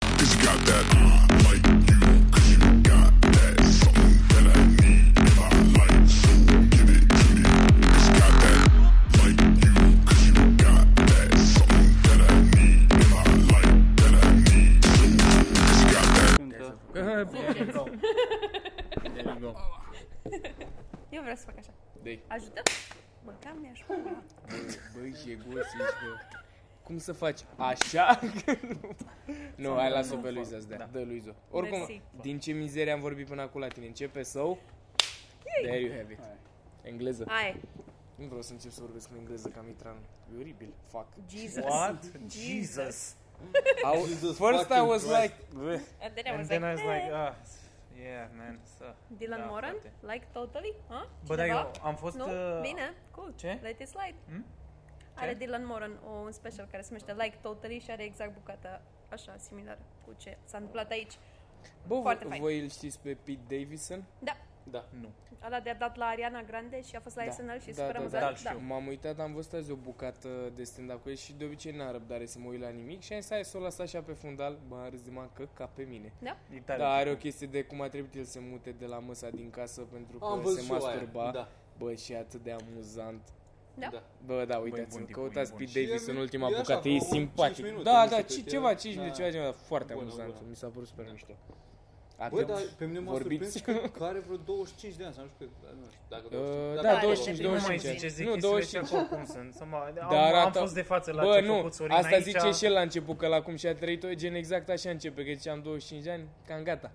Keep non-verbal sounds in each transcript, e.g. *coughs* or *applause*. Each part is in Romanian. cause you got that. I like you, cause you got that. Something that I need and I like, so give it to me. Cause you got that. Like you, cause you got that. Something that I need and I like, that I need. So, cause you got that. Go ahead. There you go. Eu vreau să fac așa. Dei. Ajutăm? Bă, cam mi-aș Băi, ce egoist ești, bă. Cum să faci? Așa? *laughs* nu, hai las-o pe Luiza să dea. Dă Luizo. Oricum, Mersi. din ce mizerie am vorbit până acum la tine? Începe sau? There you have it. Engleză. Hai, Nu vreau să încep să vorbesc în engleză ca Mitran. E oribil. Fuck. Jesus. What? Jesus. Jesus. Au, first I fucking was Christ. like, Bă, And then I And was then like, I was like, eh. ah, yeah, man. So. Dylan da, Moran? frate. Like totally? Huh? Bă, dar Cineva? eu am fost... Nu? uh, Bine, cool. ce? Let it slide. Hmm? Are Ce? Dylan Moran o, un special care se numește Like Totally și are exact bucata așa, similară cu ce s-a întâmplat aici. bă, Foarte voi- fain. voi îl știți pe Pete Davidson? Da, Da. Nu. ăla de-a dat la Ariana Grande și a fost la Da, SNL și e da, super da, da, amuzant. da, știu. M-am uitat, am văzut azi o bucată de stand-up cu el și de obicei n-am răbdare să mă uit la nimic și am zis, hai să o las așa pe fundal, bă, am râs de mancă ca pe mine. E tare. Da, are o chestie de cum a trebuit el să se mute de la măsa din casă pentru Am că văzut se și eu aia, masturba. da. Bă, și e atât de amuzant. Da? Bă, da, bun uitați-l, tipul, e căutați bun. Pete Și Davis e- în ultima e așa, bucată, vreo e 5 simpatici. minute, Da, nu da, știu ci, cât e. ceva, 5 minute, Da. ceva, ceva, foarte Bună, amuzant, bună. Da. mi s-a părut super mișto. Bă, Atent, dar pe mine m-a vorbiți. surprins că, că are vreo 25 de ani, să nu știu cât, dar nu știu, dacă 25. Uh, Da, da, Dacă- 25, depinde. Nu mai 25. zice, zic Nu, nu, 25. 25. cum sunt. Să mă, am, am arată- fost de față la Bă, ce a nu, făcut Sorin asta aici. zice și el la început, că la cum și-a trăit-o, e gen exact așa începe, că ziceam 25 de ani, cam gata.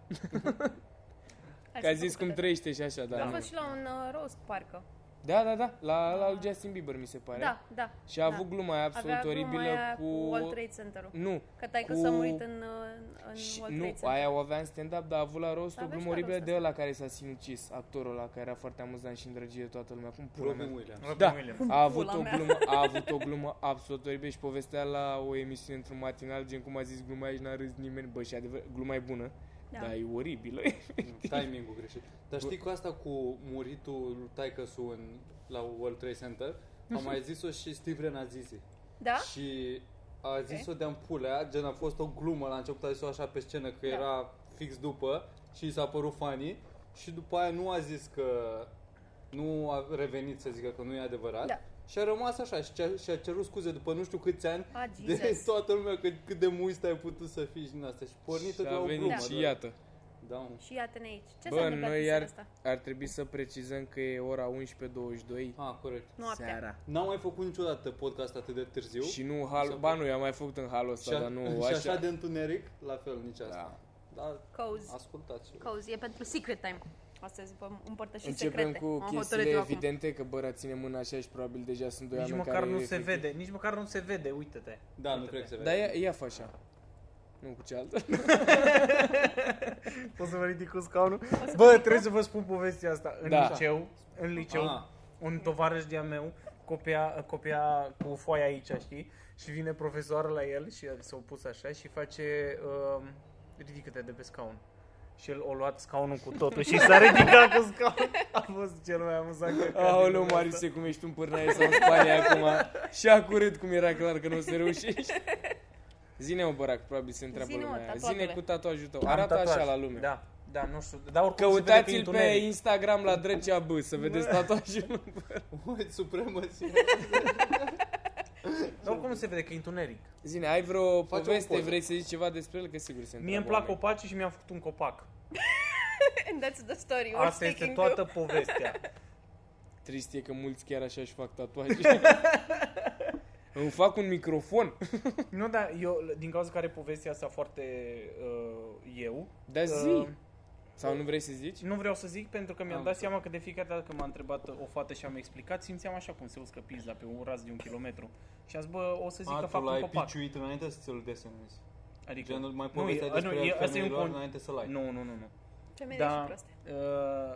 Hai Că a să zis fac cum o bucată. trăiește și așa, da. Am Da, fost și la un uh, roast, parcă. da, da, da la, la lui Justin Bieber, mi se pare. Da, da. Și a da. avut gluma aia absolut Avea gluma oribilă aia cu... cu World Trade Center-ul. Nu, Că tai că cu- s-a murit în, uh, în și- World nu, Trade Center. aia o avea în stand-up, dar a avut la rost o Avea și glumă la oribilă rost de asta. ăla care s-a sinucis, actorul ăla care era foarte amuzant și îndrăgit de toată lumea. Cum pula mea? Robin Williams. Robin Da. Williams. A avut, Pula o mea. glumă, a avut o glumă absolut oribilă și povestea la o emisiune într-un matinal, gen cum a zis gluma aia și n-a râs nimeni, bă, și adevăr, gluma e bună, Da. dar e oribilă. *laughs* Timingul greșit. Dar știi cu asta cu muritul taicăsu în, la World Trade Center? A mai zis-o și Steve Renazizi. Da? Și a zis-o de-am pulea, gen a fost o glumă, la început a zis-o așa pe scenă că Da. era fix după și i s-a părut funny și după aia nu a zis că nu a revenit să zică că nu e adevărat. Da. Și a rămas așa și a, și a cerut scuze după nu știu câți ani Ah, de Jesus. *laughs* toată lumea cât, cât de muist ai putut să fii și din asta. Și pornit și de a la o glumă. venit și doar. iată. Da, mă. Și iată-ne aici. Ce Bă, s-a întâmplat noi în iar- seara asta? Ar trebui să precizăm că e ora 11.22 Ah, corect. Noaptea. seara. N-am mai făcut niciodată podcast atât de târziu. Și nu, hal, ba nu, i-am mai făcut în halul și, ăsta, a, dar nu *laughs* și așa așa. de întuneric, la fel nici asta. Da. Da. Dar Cozy. ascultați Cozy. E pentru secret time. Astăzi vă împărtășim Începem cu secrete. Am chestiile hotărât eu acum. evidente, că băra ține mâna așa și probabil deja sunt doi Nici oameni măcar care... nu se efectiv- vede, nici măcar nu se vede, *laughs* uite-te. Da, nu Uite-te. cred că se vede. Dar ia, ia fă așa. Nu cu *laughs* cealaltă. Poți să vă ridic cu scaunul? să vă Bă, ridic? trebuie să vă spun povestea asta. În Da. liceu, în liceu, Ah. *laughs* un tovarăș de-a meu copia, copia cu foaia aici, știi? Și vine profesoara la el și el s-a pus așa și face... Um, ridică-te de pe scaun. Și el o luat scaunul cu totul și s-a ridicat cu scaun. A fost cel mai amuzant. căcat din Aoleu, lumea asta. Marise, cum ești un pârnaie sau în Spania acum. Și a curât cum era clar că nu o să *laughs* reușești. Zine o bărac, probabil se întreabă Zine-mă, lumea. aia. tatuajele. Zine cu tatuajul tău. Am Arată tatuaj. așa la lume. Da, da, nu știu. Dar oricum se vede că e Căutați-l pe întuneric. Instagram la Drăcea B să vedeți *laughs* tatuajul. White supremacy. Dar oricum se vede că e întuneric. Zine, ai vreo Face o poveste, poză. vrei să zici ceva despre el? Că sigur se Mie îmi plac copacii și mi-am făcut un copac. And *laughs* that's the story. We're Asta este sticking toată to. povestea. Trist e că mulți chiar așa își fac tatuaje. *laughs* Îmi fac un microfon. Nu, dar eu, din cauza care povestea asta foarte uh, eu, Dar Da, zi. uh, Sau nu vrei să zici? nu vreau să zic pentru că mi-am Am dat înțeles. seama că de fiecare dată când m-a întrebat o fată și am explicat, simțeam așa cum se uscă pizza pe un raz de un kilometru. Și am zis, bă, o să zic că fac Artul un Ah, l-ai copac. piciuit înainte să ți-l desenezi. Adică, Genul mai nu, povestea e- despre nu, e- asta e un femeilor con... înainte să-l ai. Nu, nu, nu, nu. Ce Da, da. proste.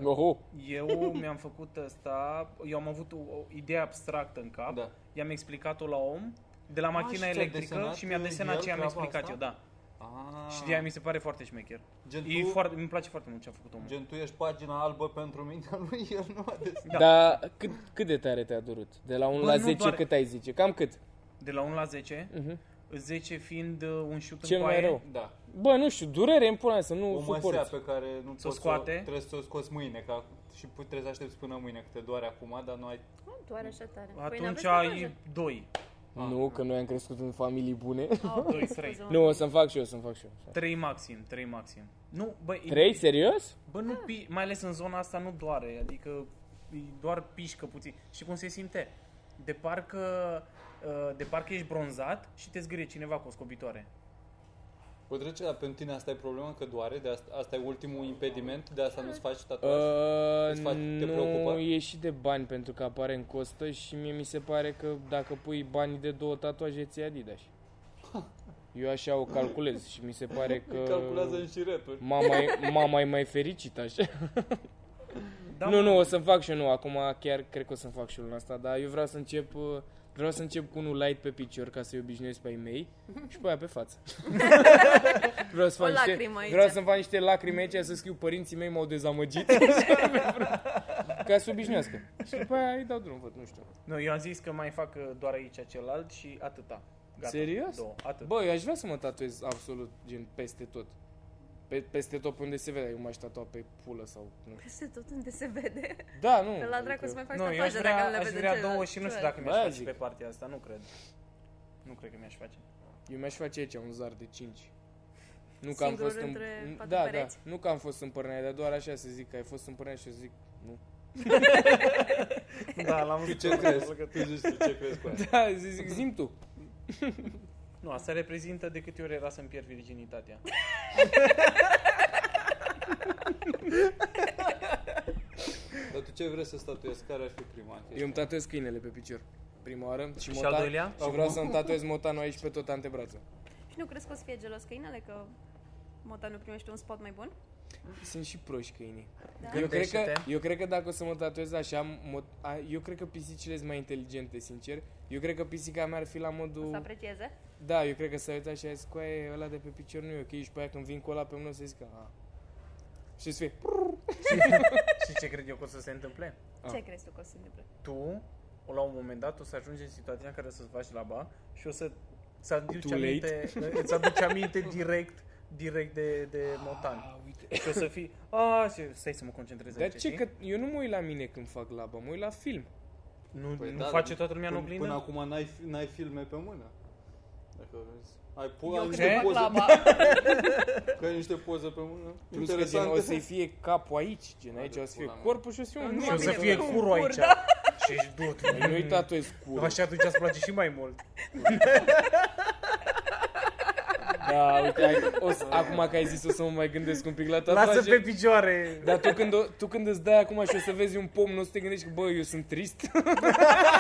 uh, Oho. eu mi-am făcut asta, eu am avut o, o idee abstractă în cap, Da. Ah, i-am explicat-o la om, de la și machina ți-a electrică desenat și mi-a desenat el ce am treaba explicat asta? eu, da. Ah. Și de aia mi se pare foarte șmecher. Gen E tu- foarte, mi place foarte mult ce a făcut omul. Gen, tu ești pagina albă pentru mintea lui, *laughs* el nu a des... Da. Dar cât, cât de tare te-a durut? De la 1 Bă, la nu 10 doar- cât ai zice? Cam cât? Mhm. De la 1 la 10, uh-huh. 10 fiind uh, un șut Cel în mai paie. rău. Da. Bă, nu știu, durere în pula mea, să nu O măsea suport. pe care nu poți scoate? Să, trebuie să o scoți mâine, ca și pu- trebuie să aștepți până mâine, că te doare acum, dar nu ai... Nu, doar așa tare. Păi Atunci ai 2, Nu, că noi am crescut în familii bune. 2, 3. Nu, o să-mi fac și eu, o să-mi fac și eu. 3 maxim, 3 maxim. Nu, bă, e- Trei? Serios? Bă, nu Da. pi, mai ales în zona asta nu doare, adică e doar pișcă puțin. Și cum se simte? De parcă, uh, de parcă ești bronzat și te zgârie cineva cu o scobitoare. O trece, dar pentru tine asta e problema, că doare, de asta, asta e ultimul impediment, de asta nu-ți faci tatuaj. Ă, Uh, Îți faci- te nu preocupă? e și de bani pentru că apare în costă și mie mi se pare că dacă pui banii de două tatuaje ți Adidas. Eu așa o calculez și mi se pare că Calculează în șireturi. mama e, mama e mai fericită așa. Da, nu, mă, nu, o să-mi fac și eu nu. Acum chiar cred că o să-mi fac și eu luna asta, dar eu vreau să încep uh, Vreau să încep cu unul light pe picior ca să-i obișnuiesc pe ai mei și pe aia pe *laughs* față. vreau să O fac niște, lacrimă aici. vreau să fac niște lacrimi aici să scriu părinții mei m-au dezamăgit *laughs* ca să obișnuiască. Și după aia îi dau drum, văd, nu știu. Nu, eu am zis că mai fac uh, doar aici celălalt și atâta. Gata, Serios? Două, atât. Bă, eu aș vrea să mă tatuez absolut, gen, peste tot. Pe, peste tot pe unde se vede, eu m-aș tatua pe pulă sau nu știu. Peste Păi tot unde se *laughs* vede. Da, nu. Pe la dracu să mai faci nu, eu aș tapaje vrea, dacă nu le aș vede vrea celălalt. două și nu știu Clar. dacă mi-aș Bă, face zic. pe partea asta, nu cred. Nu cred că mi-aș *laughs* face. Eu mi-aș face aici un zar de 5. Nu că am Singur fost în... între patru da, da, pereți. nu că am fost în Părnea, dar doar așa să zic că ai fost în Părnea și eu zic *laughs* nu. Da, l-am Tu văzut. ce crezi? *laughs* Tu zici tu ce crezi cu aia? Da, zic, zic zim tu. Nu, asta reprezintă de câte ori era să-mi pierd virginitatea. Dar tu ce vrei să statuiesc? Care ar fi prima Eu chestie? îmi tatuez câinele pe picior. Prima oară și, Și motan, al doilea? Și vreau să-mi tatuez motanul aici pe tot antebrațul. Și nu crezi că o să fie gelos câinele că Mota nu primește un spot mai bun? Sunt și proști câinii. Da. Eu, cred că, Gândește-te. eu cred că dacă o să mă tatuez așa, mo- a, eu cred că pisicile sunt mai inteligente, sincer. Eu cred că pisica mea ar fi la O să modul... aprecieze? Da, eu cred că s-a uitat și a zis, coaie, ăla de pe picior nu e ok. Și pe aia când vin cu ăla pe mână, o să zică, a. Și să fie, *laughs* și ce cred eu că o să se întâmple? Ah. Ce crezi tu că o să se întâmple? tu, la un moment dat, o să ajungi în situația în care să-ți faci laba și o să îți aduci Too late. aminte, îți aduci aminte direct, direct de, de Motan. a, Ah, uite. Și o să fii, a, și stai să mă concentrez Dar aici, ce știi? că eu nu mă uit la mine când fac laba, mă uit la film. Nu, Păi nu da, face dar toată lumea în până- oglindă? Până acum n-ai, fi- n-ai filme pe mână. Dacă vezi. Ai, po- ai Eu niște cred cred că că poze, laba. *laughs* că ai niște poze pe mână. Plus că gen, o să-i fie capul aici, gen Da, aici de o să fie pula mea. corpul și o să fie un Nu și o mânt. să Oamenii fie cu un curul cur, aici. da. Și ești dut. Păi Nu-i tatuez curul. Așa atunci îți place și mai mult. Da, uite, ai, o să, acum că ai zis o să mă mai gândesc un pic la tatuaje. Lasă pe picioare. Dar tu când, o, tu când îți dai acum și o să vezi un pom, nu o să te gândești că, bă, eu sunt trist?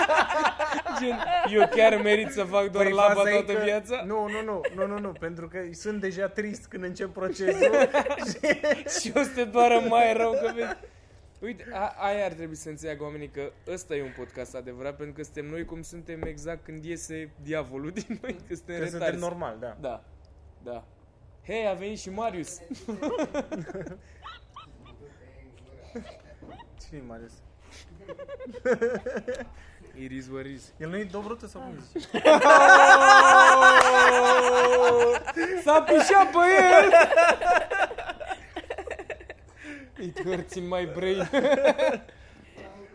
*laughs* Gen, eu chiar merit să fac doar Păi, laba faza e toată că- viața? Nu, nu, nu, nu, nu, nu, pentru că sunt deja trist când încep procesul și o să te doară mai rău că vezi. Uite, a, aia ar trebui să înțeleagă oamenii că ăsta e un podcast adevărat, pentru că suntem noi cum suntem exact când iese diavolul din noi, că suntem că suntem retarzi. normal, da. Da, da. Hei, a venit și Marius. Cine-i mai ales? Iris Waris. El nu e dobrută sau cum zici? S-a pișat pe el! Îi hărți în mai brain.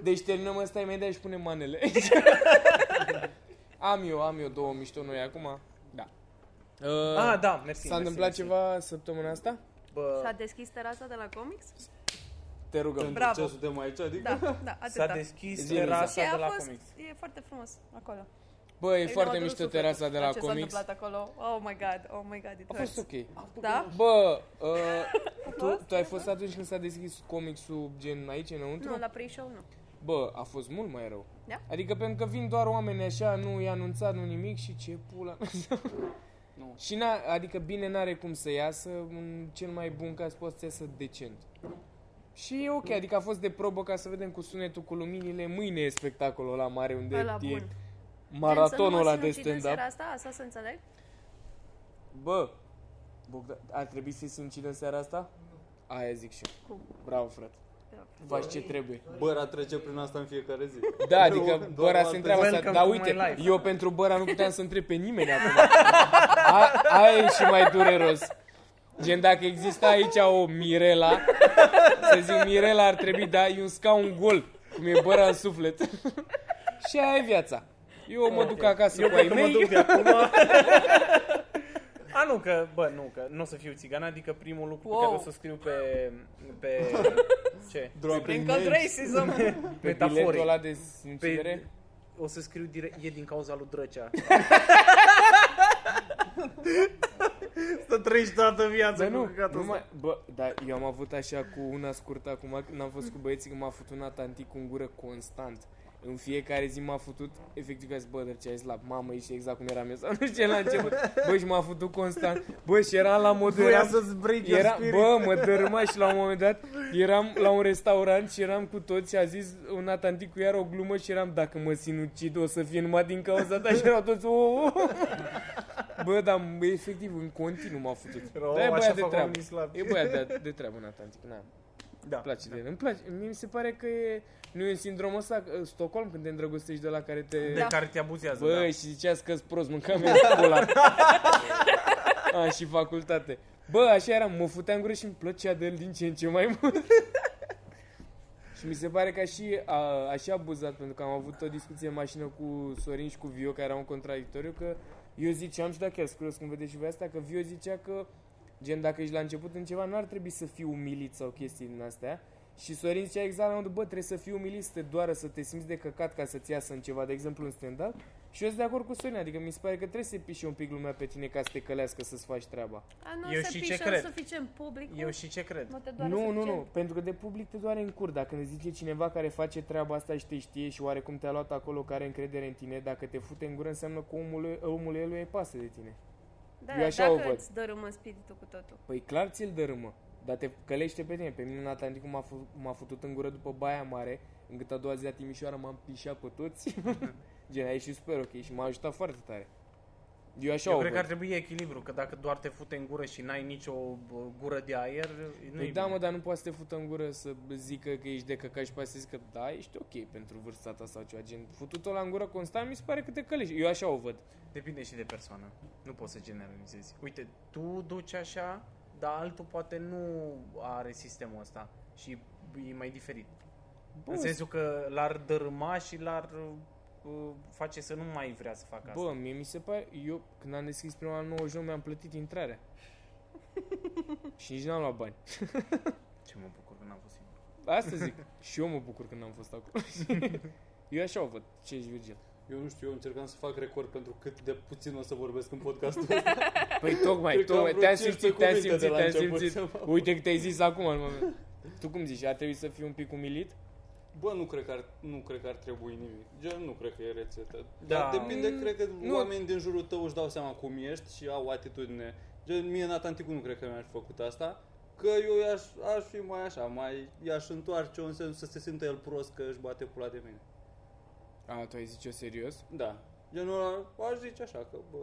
Deci terminăm ăsta imediat și punem manele. am eu, am eu două mișto noi acum. Da. Uh, Ah, da, mersi. S-a mersi, întâmplat mersi. ceva săptămâna asta? Bă, S-a deschis terasa de la comics? Te rugăm. Bravo. Bravo. Ce suntem aici, adică? Da, da, S-a atâta. deschis Zi, Luisa. Și terasa de a la fost, comics. e foarte frumos acolo. Bă, e Deci foarte m-a durut mișto sufletul terasa de la Ce s-a comics. întâmplat acolo? Oh my god, oh my god, it A fost hurts. ok. Da? Bă, uh, tu, fost? tu ai fost atunci când s-a deschis comicsul gen aici înăuntru? Nu, la pre-show nu. Bă, a fost mult mai rău. Da? Adică pentru că vin doar oameni așa, nu i anunțat, nu nimic și ce pula *laughs* mea. Nu. Și n adică bine n-are cum să iasă, în cel mai bun caz poate să iasă decent. Și e ok, adică a fost de probă ca să vedem cu sunetul, cu luminile. Mâine e spectacolul la mare unde Ăla e bun. maratonul ăla de Gen, să nu mă sinucid în stand-up. seara asta, asta să înțeleg? Bă, Bogdan, ar trebui să-i sinucidă în seara asta? Aia zic și eu. Cum? Bravo, frate. faci ce trebuie. Băra trece prin asta în fiecare zi. Da, Nu, adică doar Băra o se altă întreabă zi. asta. Welcome Dar to uite, my life. eu pentru Băra nu puteam să întreb pe nimeni *laughs* acum. A, aia e și mai dureros. Gen, dacă exista aici o Mirela, să zic Mirela ar trebui, dar e un scaun gol, cum e Băra în suflet. *laughs* și aia e viața. Eu mă duc acasă Eu cu ai cred că mă mei. duc de acum. *laughs* A, Ah, nu, că, bă, nu, că nu o să fiu țigan, adică primul lucru wow. pe care Wow. o să scriu pe, *laughs* pe, ce? Dropping Păi Prin cold names. racism. *laughs* Pe Metaforic. biletul ăla de Pe, simțire. o să scriu direct, e din cauza lui Drăcea. *laughs* să trăiești toată viața Bă, nu, nu mai, bă, dar eu am avut așa cu una scurtă acum, când am fost cu băieții, că m-a făcut un atantic cu în gură constant. În fiecare zi m-a făcut, efectiv că a zis, bă, dar ce ai zis la mamă, ești exact cum eram eu, sau nu știu ce la început. Bă, și m-a făcut constant. Bă, și eram la modul, Voia eram, să-ți break your era, spirit. bă, mă dărâma și la un moment dat eram la un restaurant și eram cu toți și a zis un atantic cu iar o glumă și eram dacă mă sinucid o să fie numai din cauza ta *laughs* și erau toți oh, oh, oh. Bă, dar bă, efectiv în continuu m-a făcut. Rău, Dar e așa băiat de fac treabă. oamenii slabi. E băiat de, de treabă un atantic, na. *laughs* Da. Îmi place de el. Îmi place. Mie mi se pare că e, nu e un sindrom ăsta, uh, Stockholm, când te îndrăgostești de la care te... De Da. care te abuzează, Bă, da. și zicea că prost, mâncam eu pula. A, și facultate. Bă, așa eram, mă futeam gură și îmi plăcea de el din ce în ce mai mult. și mi se pare că a și, a, a și abuzat, pentru că am avut o discuție în mașină cu Sorin și cu Vio, care erau în contradictoriu, că eu ziceam și dacă chiar sunt curios când vedeți și voi asta, că Vio zicea că, gen, dacă ești la început în ceva, nu ar trebui să fii umilit sau chestii din astea. Și Sorin zicea exact la modul, bă, trebuie să fii umilit, să te doară, să te simți de căcat ca să-ți iasă în ceva, de exemplu în stand-up. Și eu sunt de acord cu Sorin, adică mi se pare că trebuie să pișe un pic lumea pe tine ca să te călească să-ți faci treaba. A, nu Eu se și ce pișă cred. suficient publicul. Eu și ce cred? Nu te doare nu, nu, suficient. nu, pentru că de public te doare în cur. Dacă ne zice cineva care face treaba asta și te știe și oarecum te-a luat acolo, care are încredere în tine, dacă te fute în gură înseamnă că omul, omul lui îi pasă de tine. Da, Eu așa dacă o văd. îți dărâmă spiritul cu totul. Păi clar ți-l dărâmă, dar te călește pe tine. Pe mine în Atlantic m-a, fu- m-a futut în gură după Baia Mare, încât a doua zi la Timișoara m-am pișat pe *laughs* toți. Gen, a ieșit super ok și m-a ajutat foarte tare. Eu așa Eu o cred că văd. ar trebui echilibru, că dacă doar te fute în gură și n-ai nicio bă, gură de aer, nu Păi da, mă, dar nu poate să te fută în gură să zică că ești de căcat și poate să zică da, ești ok pentru vârsta ta sau ceva. Gen, futut-o la în gură constant, mi se pare că te călești. Eu așa o văd. Depinde și de persoană. Nu poți să generalizezi. Uite, tu duci așa, dar altul poate nu are sistemul ăsta și e mai diferit. Bă, în sensul că l-ar dărâma și l-ar uh, face să nu mai vrea să facă asta. Bă, mie mi se pare, eu când am deschis prima la 99 mi-am plătit *laughs* intrarea. și nici n-am luat bani. Ce mă bucur că n-am fost singur. Asta *laughs* zic. și eu mă bucur când am fost acolo. *laughs* eu așa o văd. Ce ești, Virgil? Eu nu știu, eu încercam să fac record pentru cât de puțin o să vorbesc în podcastul ăsta. *laughs* Păi tocmai, Cred că am tocmai. vreo Te-am 15 simțit, te-am cuvinte de simțit, la te-am început simțit. să mă aud. Uite că te-ai zis acum în moment. Tu cum zici? Ar trebui să fiu un pic umilit? Bă, nu cred, că ar, nu cred că ar trebui nimic. Gen, nu cred că e rețetă. Da. Dar depinde, Mm, cred că nu. oamenii din jurul tău își dau seama cum ești și au atitudine. Gen, mie în Atlanticul nu cred că mi-aș fi făcut asta. Că eu i-aș, aș fi mai așa, mai i-aș întoarce în sensul să se simtă el prost că își bate pula de mine. A, tu ai zis-o serios? Da. Genul ăla, aș zice așa, că bă...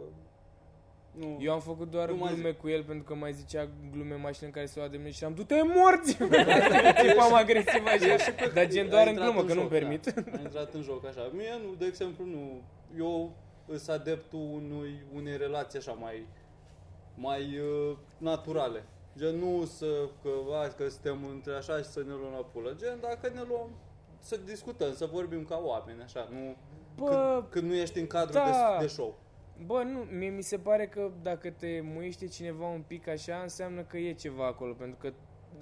Nu. Eu am făcut doar Nu mai glume cu el pentru că mai zicea glume în mașină în care se lua de mine și am du-te morți! *laughs* Tipam agresiv așa, dar gen A doar în intrat glumă, că joc, nu-mi permit. Da. A intrat în joc așa. Mie, nu, de exemplu, nu. Eu sunt adeptul unui, unei relații așa mai, mai uh, naturale. Gen, nu să, că, a, că suntem între așa și să ne luăm la pulă. Gen, dacă ne luăm, să discutăm, să vorbim ca oameni, așa, nu... Bă, când, când nu ești în cadrul da. de, de show. Bă, nu, mie mi se pare că dacă te muiește cineva un pic așa, înseamnă că e ceva acolo, pentru că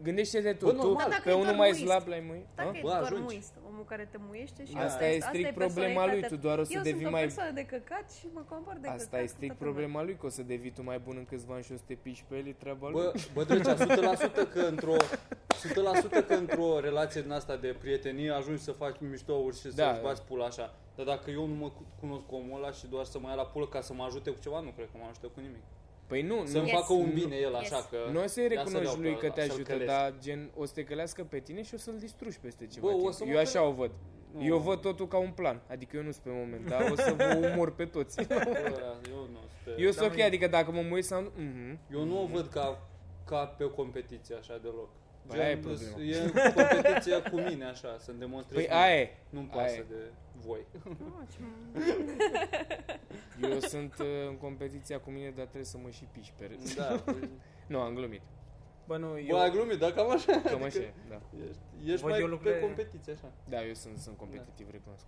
gândește-te tu, Bă, tu normal. pe Dacă e unul doar mai muist. slab la mui. Dacă e Bă, doar ajungi. muist, omul care te muiește și Asta asta e este- asta strict problema lui, personalitatea- tu doar o să Eu devii sunt mai- o persoană de căcat și mă compor de căcat. Asta e cu strict toată lumea. problema lui, că o să devii tu mai bun în câțiva ani și o să te piși pe el, e treaba lui. Bă, bă Drăcea, 100% că într-o 100% că într-o relație din asta de prietenie ajungi să faci miștouri și Da, să-ți da. bați pula așa. Dar dacă eu nu mă cu- cunosc cu omul ăla și doar să mă ia la pulă ca să mă ajute cu ceva, nu cred că mă ajută cu nimic. Păi nu, nu, Să-mi Yes. facă un bine el Yes. așa că... nu o să-i ia le recunoști iau lui pe că ăla, te să-l ajută, călesc. dar gen o să te călească pe tine și o să-l distrugi peste ceva Bă, o timp. să mă Eu așa căle- o văd. Nu. Eu văd totul ca un plan, adică eu nu sunt pe moment, dar o *laughs* să vă umor pe toți. Bă, Eu nu, sper. Eu sunt ok, mie- adică dacă mă muiesc, am... Mhm. eu nu o văd ca, ca pe o competiție așa deloc. Păi aia e Gen, problema. e competiția cu mine, așa, să-mi demonstrez. Păi mie. aia e. Nu-mi pasă aia e. de voi. Ah, ce Eu sunt uh, în competiția cu mine, dar trebuie să mă și piși pe râs. Da. Nu, am *laughs* glumit. Bă, nu, eu... Eu... Bă, ai glumit, dar cam așa. Cam așa e, da. Ești, ești Văd mai eu pe lucrurile- competiție, așa. Da, eu sunt, sunt competitiv, recunosc.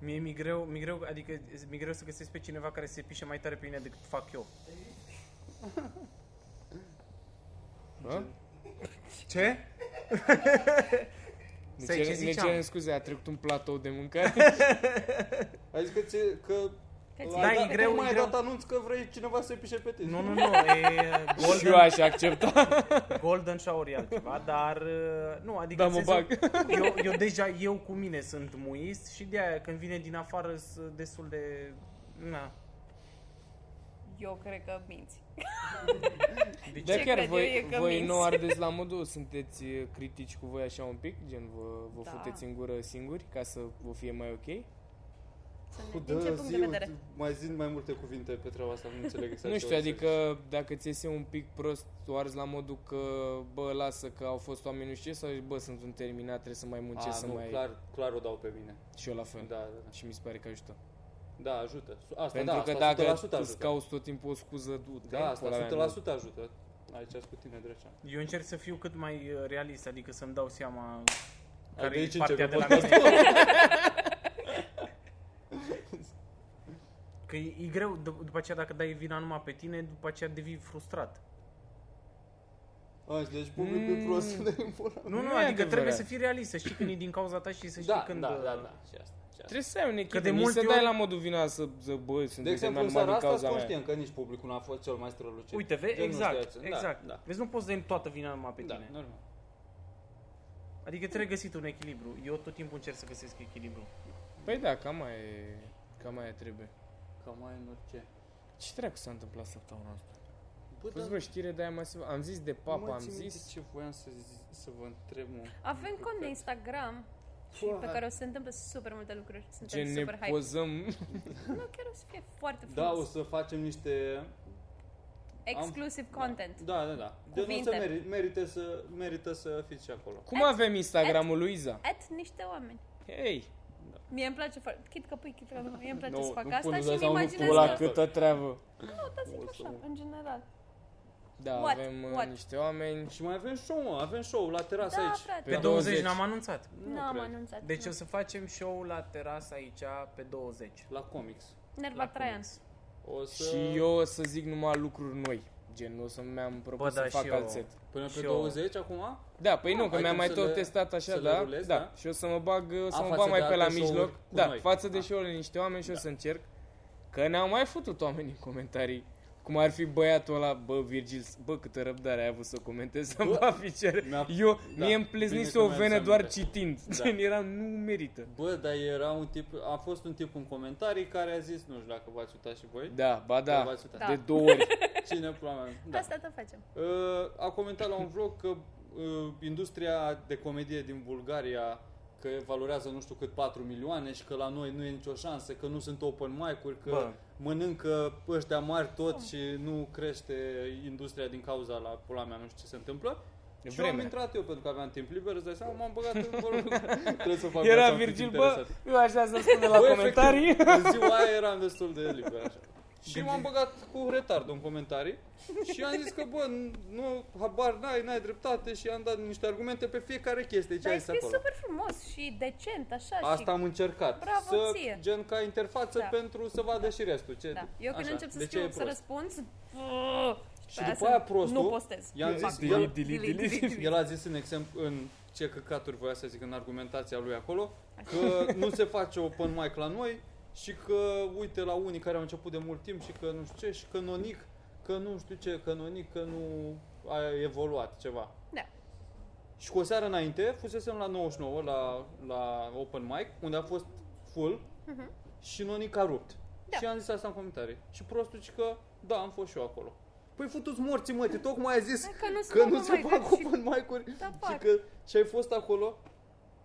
Mie mi greu, mi greu, adică mi greu să găsesc pe cineva care se pișe mai tare pe mine decât fac eu. Bă? Ce? Ne Stai, ce cerem- ne ziceam? cerem scuze, a trecut un platou de mâncare. *laughs* Ai zis că, ți, că Că-ți la- Da, e e tocmai greu, e ai greu. dat anunț că vrei cineva să pișe pe tine. Nu, nu, nu, *laughs* e și eu Golden, aș accepta, golden Shower e altceva, dar uh, nu, adică... dar în mă sensul- bag. Eu, eu deja, eu cu mine sunt muist și de aia când vine din afară sunt destul de... Na, Eu cred că minți. Dar Ce chiar cred eu e voi, că voi minți. nu ardeți *laughs* la modul, sunteți uh, critici cu voi așa un pic, gen vă, vă Da. futeți în gură singuri ca să vă fie mai ok? Să ne- Cu Din ce dă, punct de zi, vedere? Mai zi mai multe cuvinte pe treaba asta, nu înțeleg exact. Nu ce știu, vrei să adică dacă ți iese un pic prost, o arzi la modul că, bă, lasă că au fost oameni nu știu ce, sau zici, bă, sunt un terminat, trebuie să mai zici. muncesc, A, să nu, mai... Păi. clar, clar o dau pe mine. Și eu la Da, fel. da, da. Și mi se pare că ajută. Da, ajută. Asta, Pentru da, că asta dacă 100% tu ajută. îți cauți tot timpul o scuză, du-te. Da, pula mea, asta 100% ajută. Aici sunt cu tine, Drecea. eu încerc să fiu cât mai uh, realist, adică să-mi dau seama de care e Adică aici partea de începe la mine. Că e, e greu, dup- după aceea dacă dai vina numai pe tine, după aceea devii frustrat. A, deci publicul e prost Mm. de pula. Nu, nu, Nu e adică adevărat. trebuie să fii realist, să știi când e din cauza ta și să știi Da, când... da, uh, da, da, și asta. și asta. Trebuie să ai un echipă, de de multe multe să dai ori- la modul vina să, să bă, sunt De exemplu, în numai seara asta sunt cauza mea. conștient că nici publicul nu a fost cel mai strălucit. Uite, vezi, Gen, nu exact, știu, da, exact. Da, Vezi, nu poți să dai toată vina numai pe da, tine. normal. Adică trebuie găsit un echilibru. Eu tot timpul încerc să găsesc echilibru. Păi da, cam mai cam mai trebuie. Cam mai în orice. Ce dracu s-a întâmplat săptămâna asta? Bă, A fost dar vreo știre de aia masivă. Am zis de papa, mă, am țin minte zis... ce voiam să, zi- să vă întreb, mă. Avem cont de Instagram și Pula. pe care o să se întâmple super multe lucruri. Suntem Gen, ne super hype. pozăm... Nu, chiar o să fie foarte Da, o frumos. să facem niște... Exclusive content. Da, da, da. Deci o să Cuvinte. meri, merită, să, merită să fiți și acolo. Cum avem Instagramul lui Iza? At niște oameni. Hei! Mie îmi place foarte... Chit că pui, chit că nu. Mie îmi place Nu, să fac nu asta pun, și îți dai îmi seama, nu imaginez pun Pula la că... cât- câtă treabă! Nu, dar zic așa, în general. Da, What? avem uh, What? niște oameni... Și mai avem show, mă. Avem show la terasă Da, aici. frate. Pe Pe Da. 20, 20. n-am anunțat. Păi Nu Nu am cred. anunțat. Deci nu. o să facem show la terasă aici pe 20. La comics. Nerva la Traian. comics. O să... Și eu o să zic numai lucruri noi. Gen, nu o să mi-am propus da, să fac și eu. alt set. Până pe și eu. 20 acum? Da, păi nu, Ah, că ai mi-am cum mai să tot le- testat așa, să le da, rulezi, da. da? Și o să mă bag, o să A, mă față bag mai de pe la alte mijloc. show-uri cu Da, noi. față de Ah. show-urile niște oameni și o să încerc. Că ne-au mai futut oameni în comentarii. Cum ar fi băiatul ăla, bă, Virgil, bă, câtă răbdare ai avut să comentezi să-mi Bă, bag picioare. mi-a- Eu, da, mie îmi bine pleznise că o mi-ai venă adus doar aminte. citind. Da. Gen, era, nu merită. Bă, dar era un tip, a fost un tip în comentarii care a zis, nu știu dacă v-ați uitat și voi, Da, ba Că da, v-ați uitat. Da. de două ori. cine pula mea, da. Asta tot facem. Uh, a comentat la un vlog că uh, industria de comedie din Bulgaria că valorează nu știu cât 4 milioane și că la noi nu e nicio șansă, că nu sunt open mic-uri, că Bă. Bă. mănâncă ăștia mari tot și nu crește industria din cauza la pula mea, nu știu ce se întâmplă. E și am vremea. intrat eu pentru că aveam timp liber, îți dai seama, m-am băgat în *laughs* vorbă. Trebuie să fac viața Era un pic Virgil, bă, interesant. eu așa să spun de la Bă, comentarii. efectiv, În ziua aia eram destul de liber așa. Și m-am băgat cu retard în comentarii și am zis că, bă, nu, habar n-ai, n-ai dreptate și am dat niște argumente pe fiecare chestie ce Dar ai ai zis scris acolo. super frumos și decent, așa. Asta și... am încercat. Bravo să, ție. gen ca interfață Da. pentru să vadă și restul. Ce, Da. Eu când așa, încep să de ce e scriu, să prost? răspuns, Și după aia prostul, nu postez. i-am Fac. zis, el- Delete, delete, *laughs* delete. El a zis în exemplu, în ce căcaturi voia să zic în argumentația lui acolo, că nu se face open mic la noi și că uite la unii care au început de mult timp și că nu știu ce și că nonic, că nu știu ce, că nonic, că nu a evoluat ceva. Da. Și cu o seară înainte fusesem la 99 la, la open mic, unde a fost full Mhm. și nonic a rupt. Da. Și am zis asta în comentarii. Și prostul zice că da, am fost și eu acolo. Păi futu-ți morții, mă, te tocmai ai zis Că nu se că fac nu se open mic-uri fac și- open mic-uri Da, și fac. că și ai fost acolo,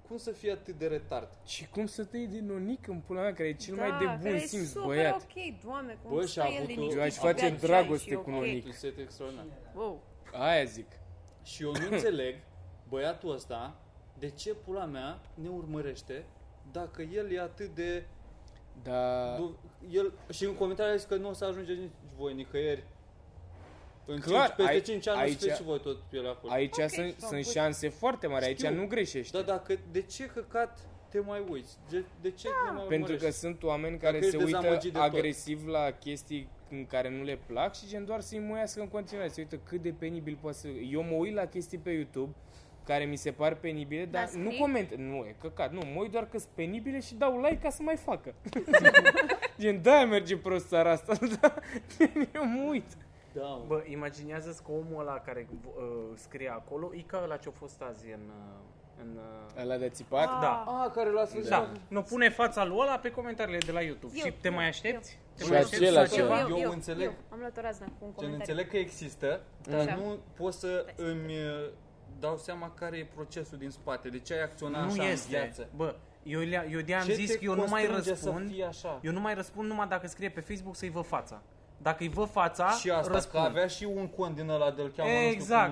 cum să fii atât de retard? Și cum să te iei din Nonic în pula mea, care e cel mai Da, de bun care e simț, super băiat. ok, doamne, cum Bă, și a stă el avut o- liniștit. Eu aș și face bea ceai dragoste și cu ok. Nonic. Este extraordinar. Wow. Aia zic. Și eu *coughs* nu înțeleg băiatul ăsta de ce pula mea ne urmărește dacă el e atât de... Da. du- El, și în comentarii a zis că nu o să ajungeți nici voi nicăieri. În Clar, cinci, peste ai- 5 ani aici, aici- o să fie și voi tot pe el acolo. Aici Ok, sunt, sau sunt poți- șanse foarte mari, aici Știu. nu greșești. Dar dacă, Da, de ce căcat te mai uiți? De, de ce da, mai Pentru că urmărești? sunt oameni Dacă care ești se uită dezamăgit de tot. agresiv la chestii în care nu le plac și gen doar să-i muiască în continuare. Se uită cât de penibil poate să... Eu mă uit la chestii pe YouTube care mi se par penibile, dar Dar nu scrii? coment. Nu, e căcat. Nu, mă uit doar că sunt penibile și dau like ca să mai facă. gen, da, merge prost țara asta, dar eu mă uit. Da, mă. Bă, imaginează-ți că omul ăla care uh, scrie acolo e ca ăla ce-a fost azi în... uh, în uh, Ăla de țipat? Ah. da. A, care la sfârșit Da, nu pune fața lui ăla pe comentariile de la YouTube. Eu, și te eu, mai aștepți? Te Și mai aștepți acela la ceva. ceva? Eu înțeleg. Eu, am luat o raznă cu un Gen, comentariu. înțeleg că există, dar Așa. nu pot să îmi uh, dau seama care e procesul din spate, de ce ai acționat Nu așa în este. viață. Bă, eu, le- eu de-am Ce zis te că eu nu mai constrânge răspund. Să fii așa? Eu nu mai răspund numai dacă scrie pe Facebook să-i vă fața. Dacă-i vă fața, și asta, răspund. că avea și un cont din ăla de-l cheamă exact,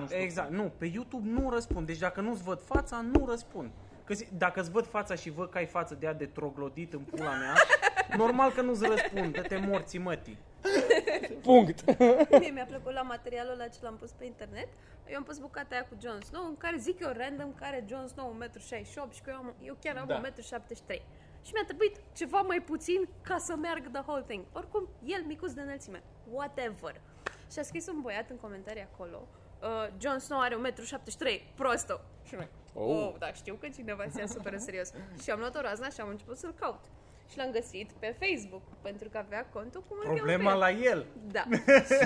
nu știu cum, nu știu cum. exact. Nu, pe YouTube nu răspund. Deci dacă nu-ți văd fața, nu răspund. Că zi- dacă-ți văd fața și văd că ai față de a de troglodit în pula mea, normal că nu-ți răspund, dă-te morții mătii. Punct. *laughs* Mie mi-a plăcut la materialul ăla ce l-am pus pe internet. Eu am pus bucata aia cu Jon Snow, în care zic eu random care Jon Snow 1,68 m și că eu, am, eu chiar am Da. da. 1,73 m. Și mi-a trebuit ceva mai puțin ca să meargă the whole thing. Oricum, el micuț de înălțime. Whatever. Și a scris un băiat în comentarii acolo, uh, Jon Snow are 1,73 m, prostă. Și noi, Oh. oh. oh, da, știu că cineva se ia super în serios. și am luat o razna și am început să-l caut. Și l-am găsit pe Facebook, pentru că avea contul cu Marcheau Problema Andrei. la el. Da.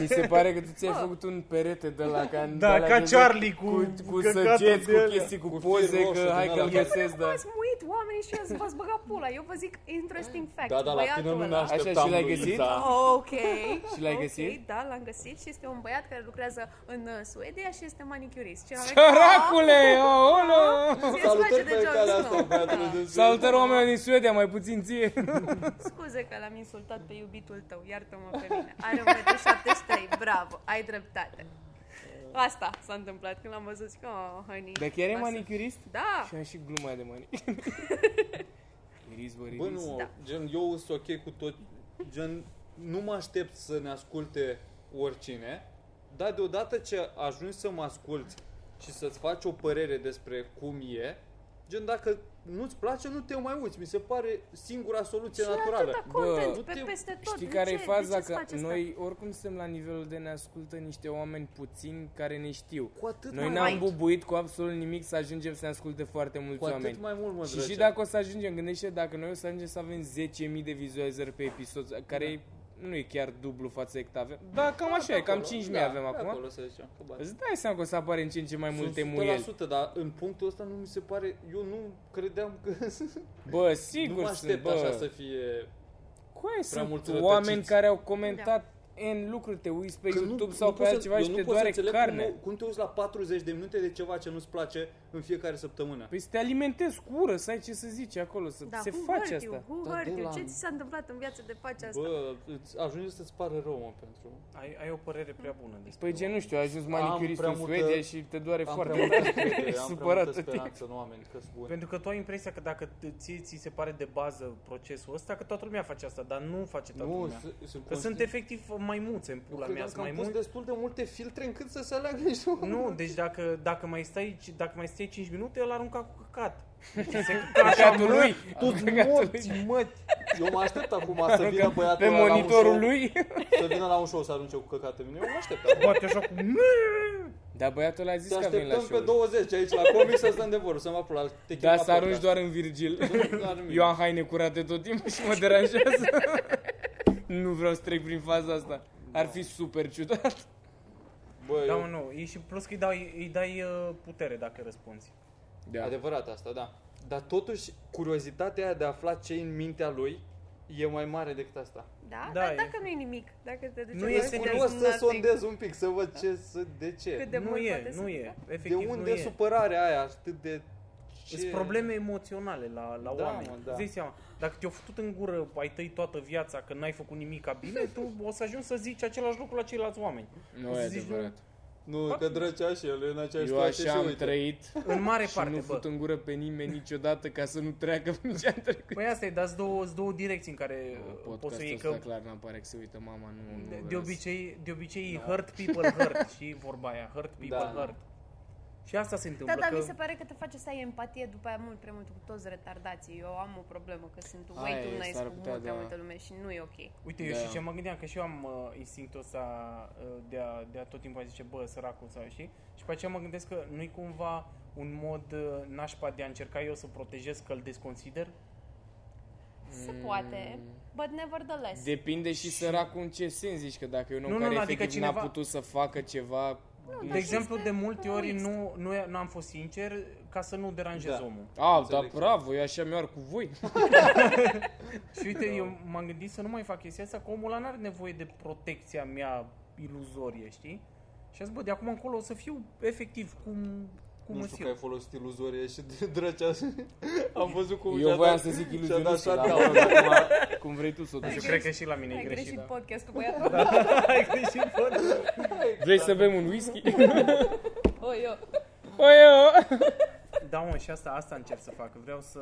Mi se pare că tu ți-ai Bă. făcut un perete de la ca Da, de la ca gen de- Charlie cu- cu, cu cu căcatul săgeți, de cu alea. chestii, cu, Cu fir poze, roșu că din hai ăla că-l care- găsesc, da. da. ați muit oamenii și ați v-ați băgat pula. Eu vă zic interesting fact. Da, da, la tine nu Băiatul ne ăla- așteptam, Așa și l-ai lui da. găsit? Iza. Ok. *laughs* Și l-ai Ok, găsit? Da, l-am găsit și este un băiat care lucrează în uh, Suedia și este *laughs* manicurist. Și am Săracule, aolo! Oh, Salutări pe calea asta, da. băiatului de Salutări oamenii din Suedia, mai puțin ție. Scuze că l-am insultat pe iubitul tău, iartă-mă pe mine. Are 1,73 bravo, ai dreptate. Asta s-a întâmplat când l-am văzut, zic, oh, honey. *laughs* Dar chiar e lasă." manicurist? Da, Și am și gluma aia de *laughs* manicurist. Iris, bă, Bă, iris. nu, Da. gen, eu sunt ok cu tot, gen, nu mă aștept să ne asculte oricine, dar deodată ce ajungi să mă asculti și să-ți faci o părere despre cum e, gen, dacă nu-ți place, nu te mai uiți. Mi se pare singura soluție și naturală. atâta Bă, content nu pe te- peste tot. Știi De care e ce? faza? De ce Că noi... noi oricum suntem la nivelul de ne ascultă niște oameni puțini care ne știu. Cu atât Noi mai n-am mult. bubuit cu absolut nimic să ajungem să ne asculte foarte mulți Cu atât oameni. mai mult, mă, Și drăgea. și dacă o să ajungem, gândește dacă noi o să ajungem să avem 10.000 de vizualizări pe episod, care nu e chiar dublu față de cât avem. Da, cam așa e, cam 5.000 Da, avem pe acum. Acolo, să zicem, că bani. Îți dai seama că o să apare în ce în ce mai multe Sunt muieli. 100%, dar în punctul ăsta nu mi se pare, eu nu credeam că Bă, *laughs* nu mă sigur sunt, aștept așa să bă. fie Coaie sunt mulți oameni rătăciți. care au comentat în lucruri, te uiți pe Că YouTube sau pe pot să- altceva eu și nu te pot să doare înțeleg carne. Cum, cum te uiți la 40 de minute de ceva ce nu-ți place în fiecare săptămână? Păi să te alimentezi cu ură, să ai ce să zici acolo, să Da, se who face hurt you? asta. Who Da, hurt de you? la- Ce ți s-a întâmplat în viață de faci asta? Bă, îți ajunge să-ți pară rău, mă, pentru... Ai, ai o părere prea bună despre Păi gen, nu știu, ai ajuns manicurist prea în multă- Suedia și te doare Am foarte prea mult. multă *laughs* *laughs* încredere, Ești am prea supărat. multă speranță în oameni, că sunt buni. Pentru că tu ai impresia că dacă t- ție ți se pare de bază procesul ăsta, că toată lumea face asta, dar nu face toată Nu, lumea. s- sunt Că sunt efectiv maimuțe în pula mea, sunt mai pus maimuțe. destul de multe filtre încât să se aleagă niște Nu, deci dacă, dacă mai stai dacă mai stai 5 minute, el arunca cu căcat. Se căcat așa Căcatul mult, lui. *laughs* tu-ți Căcatul morți, mă. Eu mă aștept acum să vină băiatul Pe ăla la un monitorul show, lui. Să vină la un show să arunce cu căcatul în mine. Eu mă aștept acum. Bate așa *laughs* cu... Da, băiatul a zis Te că vin la așteptăm pe show. 20 aici la comic să stăm de vorbă, să mă apă la te chem Da, la să arunci podcast. doar în Virgil. Doar în mine. *laughs* Eu am haine curate tot timpul și mă deranjează. *laughs* nu vreau să trec prin faza asta. Da. Ar fi super ciudat. Bă, Da, eu- mă, nu, e și plus că îi dai, îi dai uh, putere dacă răspunzi. Adevărat asta, da. Dar totuși, curiozitatea aia de a afla ce e în mintea lui e mai mare decât asta. Da? Da, Dar e- dacă nu e nimic, dacă te duci Nu în e loc serios. de Curios să nothing. sondez un pic, să văd ce, să, de ce. Cât de nu mult e, poate să nu dea. e. De Efectiv, nu unde e. supărarea aia atât de... ce- Sunt probleme emoționale la, la Da, oameni. mă, da. da. Îți dai seama, dacă te-au făcut în gură, ai tăi toată viața, că n-ai făcut nimic ca bine, tu o să ajungi să zici același lucru la ceilalți oameni. Nu e Zici, adevărat. Nu, că drăcea și el e în aceeași Eu situație așa și am uite. trăit În *laughs* mare și parte, nu bă. fut în gură pe nimeni niciodată ca să nu treacă prin ce am trecut. Păi asta e, dar sunt două, sunt două direcții în care uh, poți să Podcastul iei ăsta că clar n-apare că se uită mama, nu... nu de, de vreau să- obicei, de obicei no. hurt people hurt și vorba aia, hurt people Da. hurt. Și asta se întâmplă Da, dar că mi se pare că te face să ai empatie după aia mult prea mult cu toți retardații. Eu am o problemă că sunt way Aia too e, nice s-ar cu putea, mult prea da. multă lume și nu e ok. Uite, eu Da. și ce mă gândeam, că și eu am uh, instinctul ăsta uh, de, a, de a tot timpul a zice, bă, săracul sau știi? Și pe aceea mă gândesc că nu-i cumva un mod uh, nașpa de a încerca eu să protejez că îl desconsider? Da. Se Mm. poate, but nevertheless. Depinde și săracul în ce sens zici, că dacă e un om Nu, nu, care nu, adică efectiv cineva- n-a putut să facă ceva... Nu, De exemplu, de multe ori realist. nu, nu, e- nu am fost sincer ca să nu deranjez Da. omul. A, dar Înțeleg, bravo, eu așa mi-ar cu voi. *laughs* Și Da. uite, eu m-am gândit să nu mai fac chestia asta, că omul ăla n-are nevoie de protecția mea iluzorie, știi? Și am zis, bă, de acum încolo o să fiu efectiv cum, cum Nu îți știu că eu. ai folosit iluzorie și de *laughs* drăcea Am văzut cum Eu și-a dat- voiam să zic și-a dat iluzionistul, shutdown dar- acum. Cum vrei tu să o Eu duci. cred că și la mine Ai e greșit, greșit, da. podcastul, băiatul. *laughs* Ai greșit, bă. Vrei să bem un whisky? *laughs* Oi, eu. Păi eu... Da, mă, și asta, asta încerc să fac. Vreau să,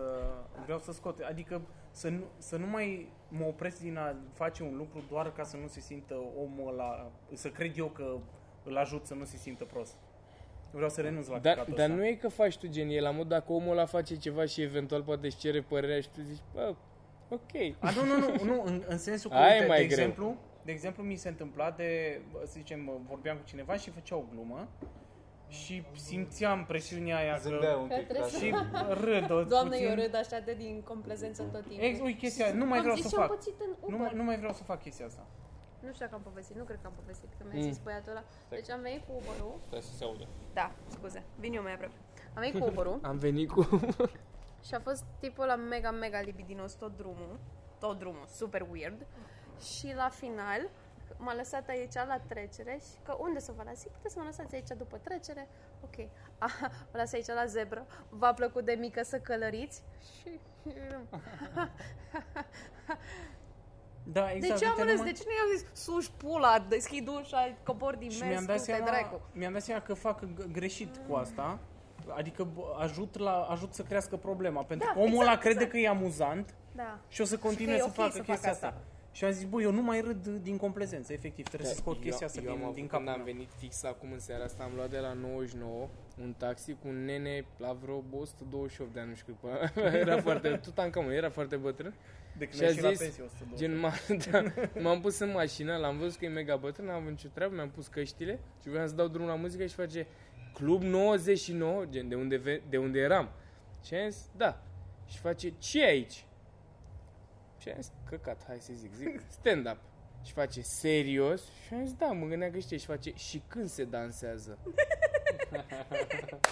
vreau să scot, adică să nu, să nu mai mă opresc din a face un lucru doar ca să nu se simtă omul la să cred eu că îl ajut să nu se simtă prost. Vreau să renunț la Dar, căcatul dar ăsta. nu e că faci tu genie la mod dacă omul ăla face ceva și eventual poate își cere părerea și tu zici, bă, ok. A, nu, nu, nu, nu în, în sensul că, Aia e uite, mai de greu. exemplu, de exemplu, mi se întâmpla de, să zicem, vorbeam cu cineva și făcea o glumă și simțeam presiunea aia Zâmbea că... un pic. Trebuie da. să- Și râd o Doamne, puțin. eu râd așa de din complezență tot timpul. Ex, ui, chestia, aia, nu mai am vreau zis să și am fac. pățit în Nu, Uber. mai- nu mai vreau să fac chestia asta. Nu știu dacă am povestit, nu cred că am povestit, că Mm. mi-a zis băiatul ăla. Deci am venit cu Uber-ul. Stai să se audă. Da, scuze, vin eu mai aproape. Am venit cu Uber-ul Am venit cu... și a fost tipul ăla mega, mega libidinos tot drumul. Tot drumul, super weird. Și la final m-a lăsat aici la trecere și că unde să vă las? Zic, puteți să mă lăsați aici după trecere? Ok. *laughs* Aha, mă las aici la zebră. V-a plăcut de mică să călăriți? Și... Da, De exact. ce am uite, râs? numai- De ce nu i-au zis suși pula, deschid ușa, cobor din Și mers, mi-am dat, du-te seama, dracu. mi-am dat seama că fac g- greșit cu asta. Adică b- ajut, la, ajut să crească problema. Pentru Da, că omul exact, ăla crede exact. că e amuzant Da. și o să continue că e să ok facă să fac chestia asta. asta. Și am zis, bă, eu nu mai râd din complezență, efectiv. Trebuie să scot Da, Eu- chestia asta eu am din, avut din când capul am meu. venit fix acum în seara asta, am luat de la 99 un taxi cu un nene la vreo 128 de ani, nu știu cât, pă- *laughs* era foarte, tot am cam, era foarte bătrân. De când Și a ieși Deci la zis, pensie 120. Gen, m-a, *laughs* da, m-am pus în mașină, l-am văzut că e mega bătrân, n-am avut nicio treabă, mi-am pus căștile și voiam să dau drumul la muzică și face Club 99, gen, de unde, ve- de unde eram. Și am zis, da. Și face, ce e aici? Și am zis, căcat, hai să zic, *laughs* zic, stand-up. Și face, serios? Și am zis, da, mă gândeam că știe. Și face, și când se dansează?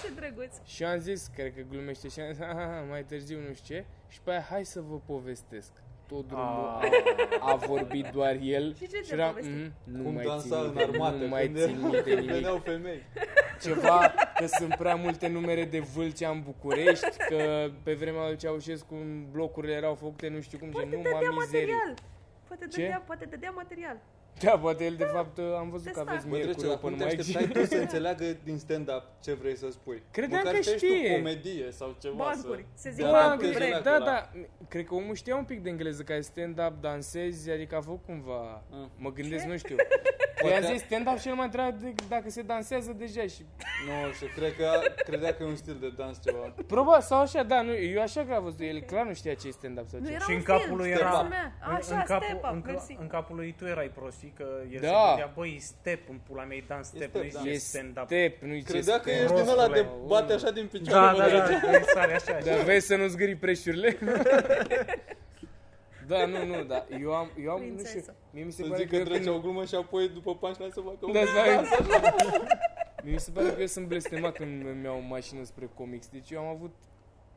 Ce drăguț. Și eu am zis, cred că glumește și am zis, "Ah, mai târziu nu știu ce. Și pe aia, hai să vă povestesc. Tot drumul Ah. a, a vorbit doar el. Și ce ți-a eram, povestit? "Mhm, nu Cum mai dansa țin în minte, armată nu mai când *laughs* țin minte nimic. veneau femei. Ceva că sunt prea multe numere de vâlcea în București, că pe vremea lui Ceaușescu blocurile erau făcute nu știu cum, gen, Poate nu dădea mă mizerii. material. Poate Ce? dădea, poate dădea material. Da, poate el de fapt am văzut Testa. că aveți Bă, miercuri trece, dar open cum te mic. așteptai tu să *laughs* înțeleagă din stand-up ce vrei să spui? Credeam Măcar că să ești știe. tu comedie sau ceva Bancuri, să... se zic de adaptezi Bancuri, bancuri. la da, acela. da, cred că omul știa un pic de engleză, ca e stand-up, dansezi, adică a făcut cumva, Mm. mă gândesc, nu *laughs* știu. Poate- I-a zis stand-up și el mai întrebat de- dacă se dansează deja și... Nu știu, cred că credea că e un stil de dans ceva. Probabil, sau așa, da, nu, eu așa că am văzut, el clar nu știa ce e stand-up sau Nu ce. era Și un în capul film, lui știi, era- cum se numea? În, Așa, în, capul, step up, în, mersi. ca- în capul lui tu erai prost, știi, că el Da. se gândea, băi, step în pula mea, e dan step, step, nu da. e stand-up. step, nu Credea că e ești din ăla de Prostule. bate așa din picioare. Da, mă, da, da, dar- e sare așa, așa. Dar vezi să nu zgâri *laughs* preșurile? da, nu, nu, da, eu am, eu am, nu știu, Prințesă. mie mi se Să pare zic că că eu trece când o glumă și apoi după punchline să facă un Da, da, Mi se pare că eu sunt blestemat când îmi iau o mașină spre comics. Deci eu am avut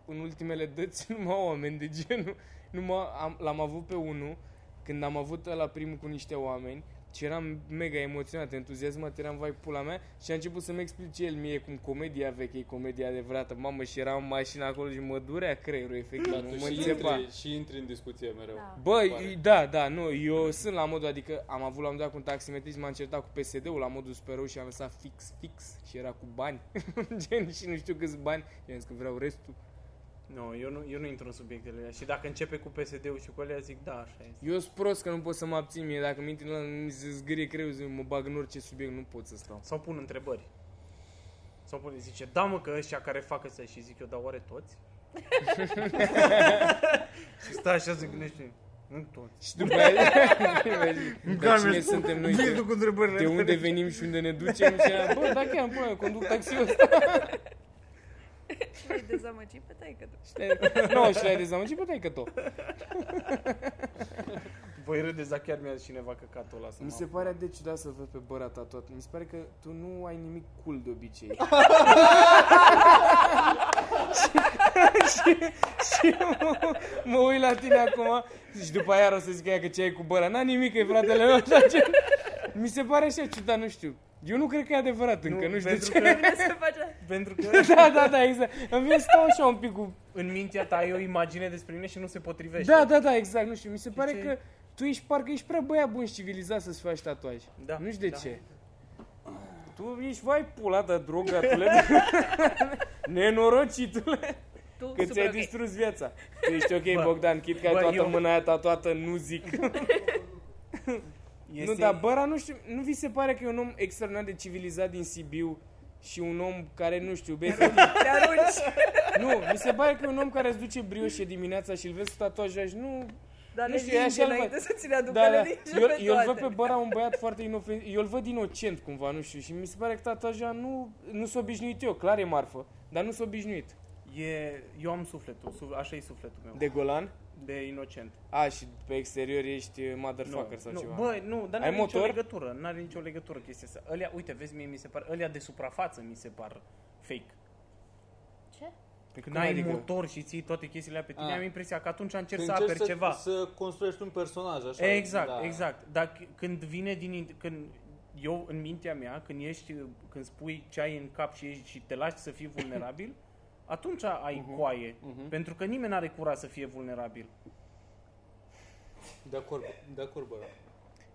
în ultimele dăți *laughs* numai oameni de genul. Numai am, l-am avut pe unul când am avut la primul cu niște oameni Și eram mega emoționat, entuziasmat, eram vai pula mea și a început să-mi explice el mie cum comedia veche e comedia adevărată. Mamă, și eram în mașină acolo și mă durea creierul, efectiv, Dar mă Da, tu și înțepa. intri, și intri în discuție mereu. Da. Bă, Pare. e- da, da, nu, eu sunt la modul, adică am avut la un moment dat cu un taximetrist, m-am certat cu PSD-ul la modul super rău și am lăsat fix, fix și era cu bani, *laughs* gen, și nu știu câți bani, eu am zis că vreau restul. Nu, eu nu, eu nu intru în subiectele alea. Și dacă începe cu PSD-ul și cu alea, zic da, așa este. Eu sunt prost că nu pot să mă abțin mie, dacă mi la mi se zgârie creu, zic, mă bag în orice subiect, nu pot să stau. Sau pun întrebări. Sau pun, zice, da mă, că ăștia care fac ăsta și zic eu, dar oare *laughs* toți? și stai așa se gândește, nu toți. Și după aia, dar cine suntem noi, Vii tu de, cu întrebările de unde astea. venim și unde ne ducem și era, bă, da, chiar, am pula, eu conduc taxiul ăsta. Îi dezamăgi pe taică Nu, și l-ai dezamăgit, bă, că tot. Voi râdeți, dar chiar mi-a zis cineva căcatul ăla. să Mi mă se apuc. pare de ciudat să văd pe băra tatuat. Mi se pare că tu nu ai nimic cool de obicei. și, și, și mă, mă uit la tine acum și după aia o să zic aia că ce ai cu băra. N-a nimic, e fratele meu. Dar ce... Mi se pare așa ciudat, nu știu. Eu nu cred că e adevărat încă, nu știu de pentru ce. Că, Trebuie să faci pentru că *laughs* Da, da, da, exact. Îmi vine să stau așa un pic cu... în mintea ta ai o imagine despre mine și nu se potrivește. Da, da, da, exact, nu știu. Mi se pare ce? că tu ești parcă ești prea băiat bun și civilizat să-ți faci tatuaj. Da, Nu știu de da. ce. Tu ești, vai, pula de drogă, atule. *laughs* Nenorocitule, Tu, că ți-ai super ok. distrus viața. Tu ești ok, Bă, Bogdan, chit că ai bă, toată eu- mâna aia tatuată, nu *laughs* zic. Este... Nu, dar Băra, nu știu, nu vi se pare că e un om extraordinar de civilizat din Sibiu și un om care, nu știu, *laughs* bă, efectiv, Te *laughs* arunci. nu, mi se pare că e un om care îți duce brioșe dimineața și îl vezi cu tatuajul și nu, Dar Nu le știu, e linge așa, înainte bă. să ți le aducă, Da, le da. linge Eu, pe eu îl văd toate. pe Băra un băiat foarte inofensiv, eu îl văd inocent cumva, nu știu, și mi se pare că tatuaja nu, nu s-a obișnuit eu, clar e marfă, dar nu s-a obișnuit. E, eu am sufletul, suf, așa e sufletul meu, de, De golan? de inocent. A, și pe exterior ești eh, motherfucker sau nu, ceva. Bă, nu, dar Ai n-are nicio motor? legătură, n-are nicio legătură chestia asta. Ălea, uite, vezi, mie mi se par, ălea de suprafață mi se par fake. Ce? Pe Când cum ai adică? motor și ții toate chestiile alea pe tine, Ah. am impresia că atunci încerci Când să aperi încerci să, ceva. să construiești un personaj, așa. Exact, da. exact. Dar c- când vine din... in- Când eu, în mintea mea, când ești, când spui ce ai în cap și, ești, și te lași să fii vulnerabil, *coughs* atunci ai Mhm. uh-huh, coaie. Uh-huh. Pentru că nimeni n-are curaj să fie vulnerabil. De acord, de acord, bă.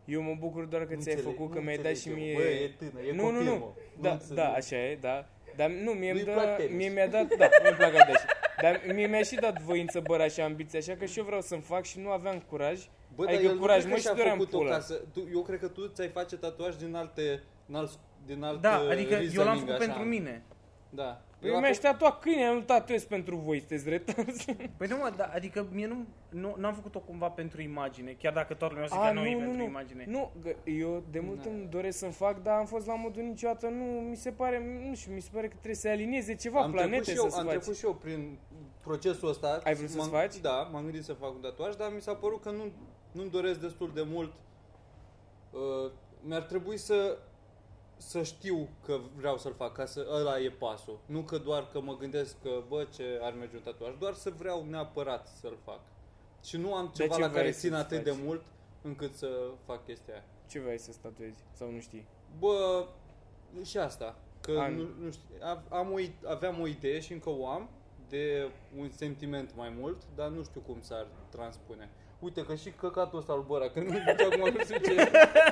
Eu mă bucur doar că Nu ți-ai înțeleg, făcut, nu că mi-ai dat înțeleg și eu. mie... Bă, e tânăr, e nu, nu, copil, nu. mă. Da, Nu da, înțeleg. așa e, da. Dar nu, mie îmi Nu-i dă, plac tenis. mie mi-a dat, da, mi-e plac așa. Dar mie mi-a și dat voință, bă, și ambiție, așa că și eu vreau să-mi fac și nu aveam curaj. Bă, adică dar el curaj, nu mă, cred și că și-a doream făcut-o pula. ca să... Tu, eu cred că tu ți-ai face tatuaj din alte... Din alt, din alt Da, uh, adică eu l-am reasoning, făcut așa. pentru mine. Da. Păi Eu mi-a acum- tatuat câine, nu tatuez pentru voi, sunteți dreptați. *laughs* Păi nu, mă, da, adică mie nu, nu n-am făcut-o cumva pentru imagine, chiar dacă toată lumea zice A, că nu e nu, nu, pentru Da. nu. imagine. Nu, gă- eu de mult îmi doresc să-mi fac, dar am fost la modul niciodată, nu, mi se pare, nu știu, mi se pare că trebuie să alinieze ceva am trecut planete și eu, să-ți Am faci. trecut și eu prin procesul ăsta. Ai vrut să-ți M-am- faci? Da, m-am gândit să fac un tatuaj, dar mi s-a părut că nu, nu-mi doresc destul de mult. Uh, mi-ar trebui să să știu că vreau să-l fac, ca să ăla e pasul. Nu că doar că mă gândesc că, bă, ce ar merge un tatuaj, doar să vreau neapărat să-l fac. Și nu am ceva ce la care Deci vrei țin să-ți atât faci? de mult încât să fac chestia aia. Ce vrei să statuezi? Sau nu știi? Bă, și asta. Că An- nu, nu știu, a- am o, i- aveam o idee și încă o am de un sentiment mai mult, dar nu știu cum s-ar transpune. Uite că și căcatul ăsta al băra, că nu știu acum nu știu ce.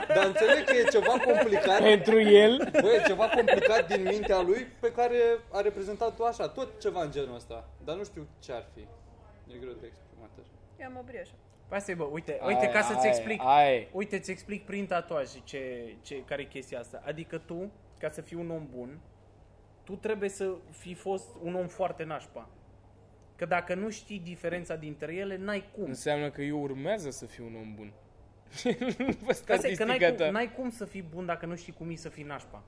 Dar înțeleg că e ceva complicat. Pentru el? Bă, e ceva complicat din mintea lui pe care a reprezentat-o așa, tot ceva în genul ăsta. Dar nu știu ce ar fi. E greu de exprimat așa. Eu am o brioșă. Păi asta e, bă, uite, uite, ca să-ți explic. Ai. Uite, ți explic prin tatuaj ce, ce, care e chestia asta. Adică tu, ca să fii un om bun, tu trebuie să fi fost un om foarte nașpa. Că dacă nu știi diferența dintre ele, n-ai cum. Înseamnă că eu urmează să fiu un om bun. *laughs* Vă Că asta e, că statistica n-ai cum, ta. n-ai cum să fii bun dacă nu știi cum e să fii nașpa.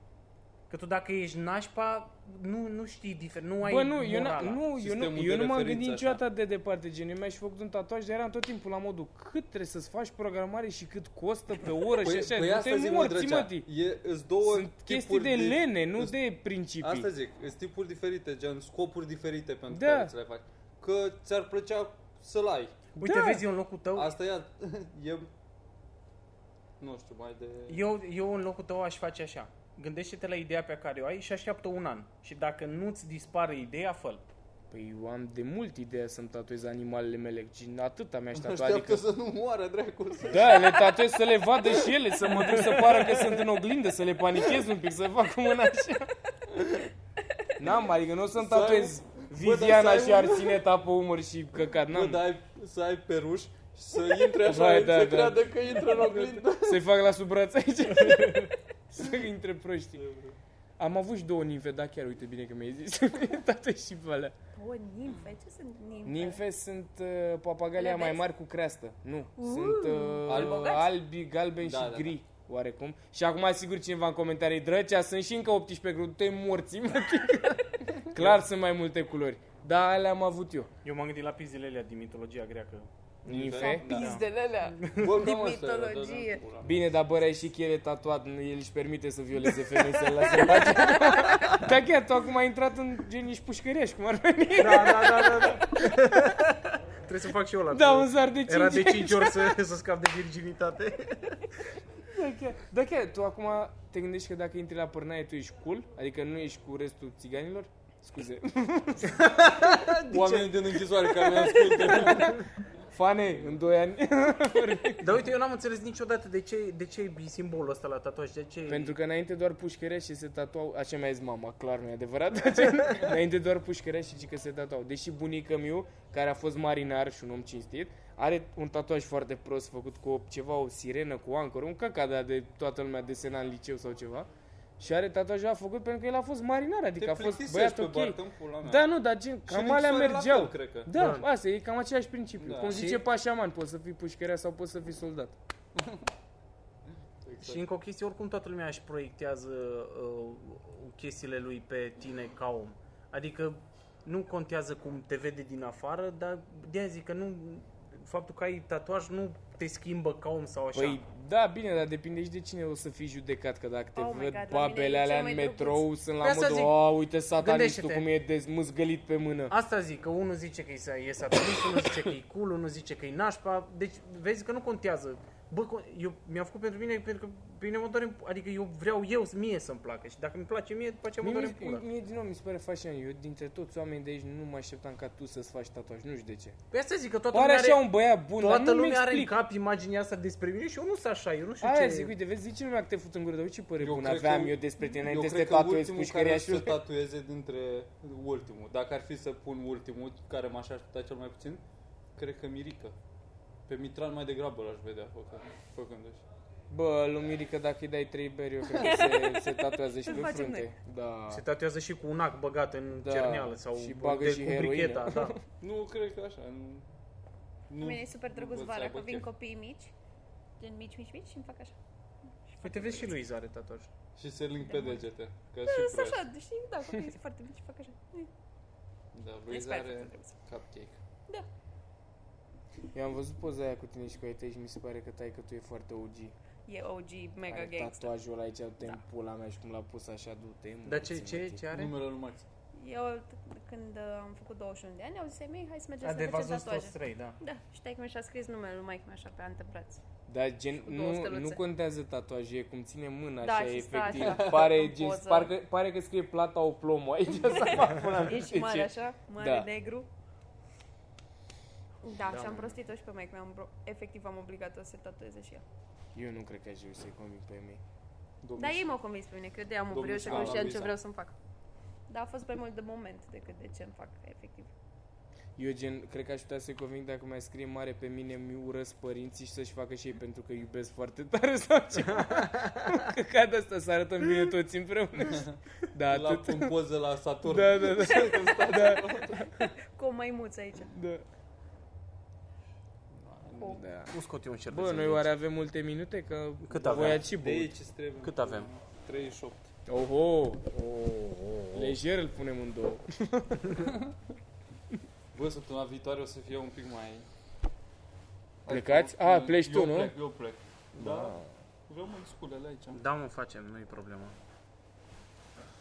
Că tu dacă ești nașpa, nu, nu știi diferența, nu ai Bă, nu, eu, morala. n- nu, eu, Sistemul nu, de eu nu m-am referință, gândit așa. niciodată de departe, gen, eu mi-aș fi făcut un tatuaj, dar eram tot timpul la modul cât trebuie să-ți faci programare și cât costă pe oră și Păi, așa, nu te Păi- zic, mă, morți, Drăgea, mătii. e, îs două Sunt chestii tipuri de lene, nu îs de principii. Asta zic, sunt tipuri diferite, gen scopuri diferite pentru Da. care ți le faci. Că ți-ar plăcea să-l ai. Uite, *laughs* Da. vezi, eu în locul tău, Asta e, alt- e Nu știu, mai de... Eu, eu în locul tău aș face așa. Gândește-te la ideea pe care o ai și așteaptă un an. Și dacă nu-ți dispare ideea, fă Păi eu am de mult ideea să-mi tatuez animalele mele, și atâta mi-aș tatua, Așteaptă adică... să nu moară, dracu, să... Da, le tatuez să le vadă și ele, să mă duc să pară că sunt în oglindă, să le panichez un pic, să fac cu mâna așa. N-am, adică nu o să-mi Să ai un- tatuez Bă, dar Viviana să ai și un- Arsineta pe umăr și căcat, Bă, n-am. dar ai, să ai peruș și să intre așa, Vai, Vai, da, să da. creadă că intră în oglindă. Să-i fac la sub braț aici. *laughs* Să intre proștii. Am avut și două nimfe, da, chiar uite bine că mi-ai zis. *laughs* Tatuez și pe alea. O, nimfe? Ce sunt nimfe? Nimfe sunt uh, papagalia Le mai vezi? mari cu creastă. Nu, Uh, sunt uh, albi, albogați? galbeni Da, și da, da. gri. Oarecum. Și acum, sigur, cineva în comentarii, drăcea, sunt și încă 18 grade, te morți, mă, *laughs* Clar sunt mai multe culori. Da, alea am avut eu. Eu m-am gândit la pizile alea din mitologia greacă. Nimfe. Da. Pizdele alea. Bă, Din cam asta era, da, da, mitologie. pula mea. Bine, dar bărea și că el e tatuat, nu- el își permite să violeze femei să-l lase în pace. Dar chiar, tu acum ai intrat în gen, ești pușcăriaș, cum ar veni. Da, da, da, da, da. Trebuie să fac și eu la Da, un zar de 5 Era deci- de 5 ori să, să scap de virginitate. Da, chiar, da, chiar, tu acum te gândești că dacă intri la pârnaie tu ești cool? Adică nu ești cu restul țiganilor? Scuze. Oamenii din închisoare care ne ascultă. Fane, în 2 ani. Dar uite, eu n-am înțeles niciodată de ce, de ce e bi- simbolul ăsta la tatuaj. De ce Pentru că înainte doar pușcărea și se tatuau, așa mi-a zis mama, clar nu *laughs* e adevărat, înainte doar pușcărea și că se tatuau. Deși bunica miu, care a fost marinar și un om cinstit, are un tatuaj foarte prost făcut cu o, ceva, o sirenă cu ancoră, un căcat de, de toată lumea desena în liceu sau ceva. Și are tatuajul ăla făcut pentru că el a fost marinar, adică a fost băiat ok. Da, nu, dar gen, în cam alea închisoare la mergeau. fel, cred că. Da, Da. asta e cam același principiu. Da. Cum Și- zice Pașaman, poți să fii pușcărea sau poți să fii soldat. Și încă o chestie, oricum toată lumea își proiectează uh, chestiile lui pe tine ca om. Adică nu contează cum te vede din afară, dar de zic că nu, faptul că ai tatuaj nu te schimbă ca om sau așa. Păi, da, bine, dar depinde și de cine o să fii judecat, că dacă te Oh my văd God, la mine babele e cel alea în mai metrou, sunt la Vreau să modul, zic, a, uite satanistul gândește-te. cum e dezmâzgălit pe mână. Asta zic, că unul zice că e sa- e satanist, unul zice că e cool, unul zice că e nașpa, deci vezi că nu contează. Bă, con- eu mi-am făcut pentru mine pentru că pe mine mă doare, adică eu vreau eu mie să-mi placă și dacă mi place mie, după aceea mă Mie, doare în mie, pula. mie, din nou mi se pare fascinant, eu dintre toți oamenii de aici nu mă așteptam ca tu să-ți faci tatuaj, nu știu de ce. Păi asta zic, că toată Pare lumea are... așa un băiat bun, dar Toată nu mi lumea are în explic. cap imaginea asta despre mine și eu nu sunt așa, eu nu știu Aia ce... zic, uite, vezi, zice lumea că te fut în gură, dar uite ce părere Eu bună cred că- aveam eu despre tine Eu înainte să te cred că tatuezi ultimul care pușcăria o să și... tatueze dintre ultimul, dacă ar fi să pun ultimul, care m-aș aștepta cel mai puțin, cred că Mirica. Pe Mitran mai degrabă l-aș vedea făcă- făcându-și. Bă, lui Mirica, dacă îi dai trei beri, eu *laughs* cred că se, se tatuează și Îl pe facem frunte. Da. Se tatuează și cu un ac băgat în Da, cerneală sau și bagă și cu heroină. bricheta, *laughs* da. Nu, cred că așa. Nu, Nu, mine e super drăguț nu vara, ți-ai că avut vin chef. copiii mici, gen mici, mici, mici și îmi fac așa. Uite, vezi și Luiza are tatuaj. Și se lâng pe degete. Că Sunt și așa, știi, da, copiii sunt foarte mici și fac așa. Da, Mi se Luiza pare are foarte drăguț. cupcake. Eu am văzut poza aia cu tine și cu ai tăi și mi se pare că tai că tu e foarte OG. E OG, mega Are gangster. Da. tatuajul ăla aici, du-te în pula mea și cum l-a pus așa, du-te Dar ce, ce, ce are? Numele lui Max. Eu, t- când uh, am făcut 21 de ani, au zis ai mei, hai să mergem A, să de ne v-ați facem văzut tatuaje. toți trei, da. Da, știi că mi-și-a scris numele lui maică așa pe antebraț. Dar Da, gen, Două nu, steluțe. nu contează tatuajul, e cum ține mâna Da, așa, și stă efectiv. așa, *laughs* Pare, în gen, poză. parcă, pare că scrie plata o plomo aici, *laughs* să mă pula mea, Ești mare ce. așa, mare Deci Da. negru. Da, Da, și am mă. prostit-o și pe maică mea, am bro- efectiv am obligat-o să se tatueze și ea. Eu nu cred că aș reuși să-i convinc pe mine. Domnul Dar ei m-au convins pe mine, că eu de-aia am Domnul oprit și că Sala, Ah, nu știam ce Luisa. vreau să-mi fac. Dar a fost mai mult de moment decât de ce îmi fac, efectiv. Eu gen, cred că aș putea să-i convinc dacă mai scrie mare pe mine, mi urăsc părinții și să-și facă și ei pentru că iubesc foarte tare sau *laughs* ceva. Că de asta să arătăm bine toți *laughs* împreună. Da, La atât. pun poză la Saturn. Da, da, da. da, Cu o maimuță aici. da. Ah, Cu... da. Nu scot eu un șervețel. Bă, noi de oare aici. avem multe minute? Că Cât voi aveam? ați și De băut. aici îți trebuie. Cât avem? 38. Oho! Oh, Lejer îl punem în două. Bă, săptămâna viitoare o să fie un pic mai... Plecați? Eu- Ah, pleci eu tu, nu? Plec, eu plec. Da. Rămân sculele aici. Da, mă, facem, nu e problemă.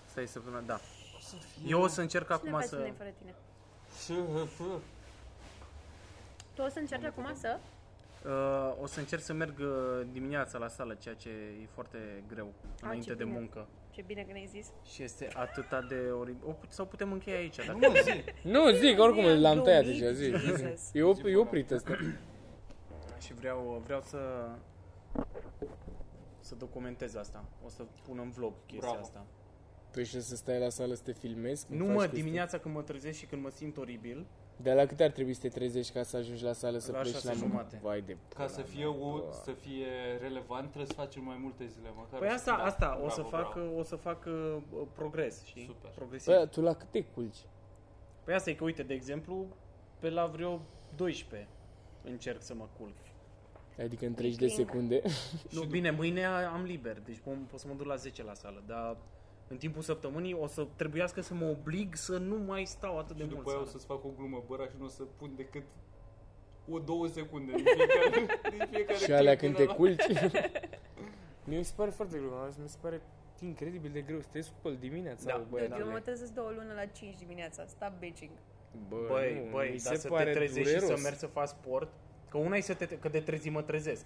Stai săptămâna, da. Eu o să încerc Cine acum face să... să... fără tine? Și, fă, Tu o să încerci acum să... Uh, o să încerc să merg uh, dimineața la sală, ceea ce e foarte greu înainte de Ah, bine. muncă. Ce bine că ne-ai zis. Și este atâta de oribil. O, put- Sau putem încheia aici, dacă Nu, zi. Nu, zic, Zi, oricum l-am tăiat domnit, deja, zi. Jesus. E, op- e oprit ăsta. Și vreau, vreau să să documentez asta. O să pun în vlog chestia Bravo. asta. Păi și să stai la sală să te filmezi? când Nu faci mă, chestii? dimineața când mă trezesc și când mă simt oribil, Dar la cât ar trebui să te trezești ca să ajungi la sală să La pleci șase la muncă? jumate. Vai de Ca pula să fie, mea, u- bă. să fie relevant, trebuie să facem mai multe zile, măcar. Păi asta, Da, asta, o bravo, să fac, bravo. o să fac uh, progres, știi? Super. Progresiv. Bă, Păi, tu la cât te culci? Păi asta e că, uite, de exemplu, pe la vreo 12 încerc să mă culc. Adică în 30 de *laughs* secunde. Nu, bine, mâine am liber, deci pom- pot să mă duc la 10 la sală, dar în timpul săptămânii o să trebuiască să mă oblig să nu mai stau atât de Și mult după aia o sală. să-ți fac o glumă, băra, și nu o să pun decât o două secunde din fiecare, *laughs* din fiecare Și alea clip când până te la- culci. *laughs* Mi se pare foarte greu, mi se pare incredibil de greu să te scupăl dimineața, Da, bă, Dude, băiatule. eu mă trezesc două luni la 5 dimineața. Stop bitching. Bă, Băi, nu, băi, mi dar se să pare te trezești și dureros. să mergi să faci sport, că una e să te, că de trezi mă trezesc,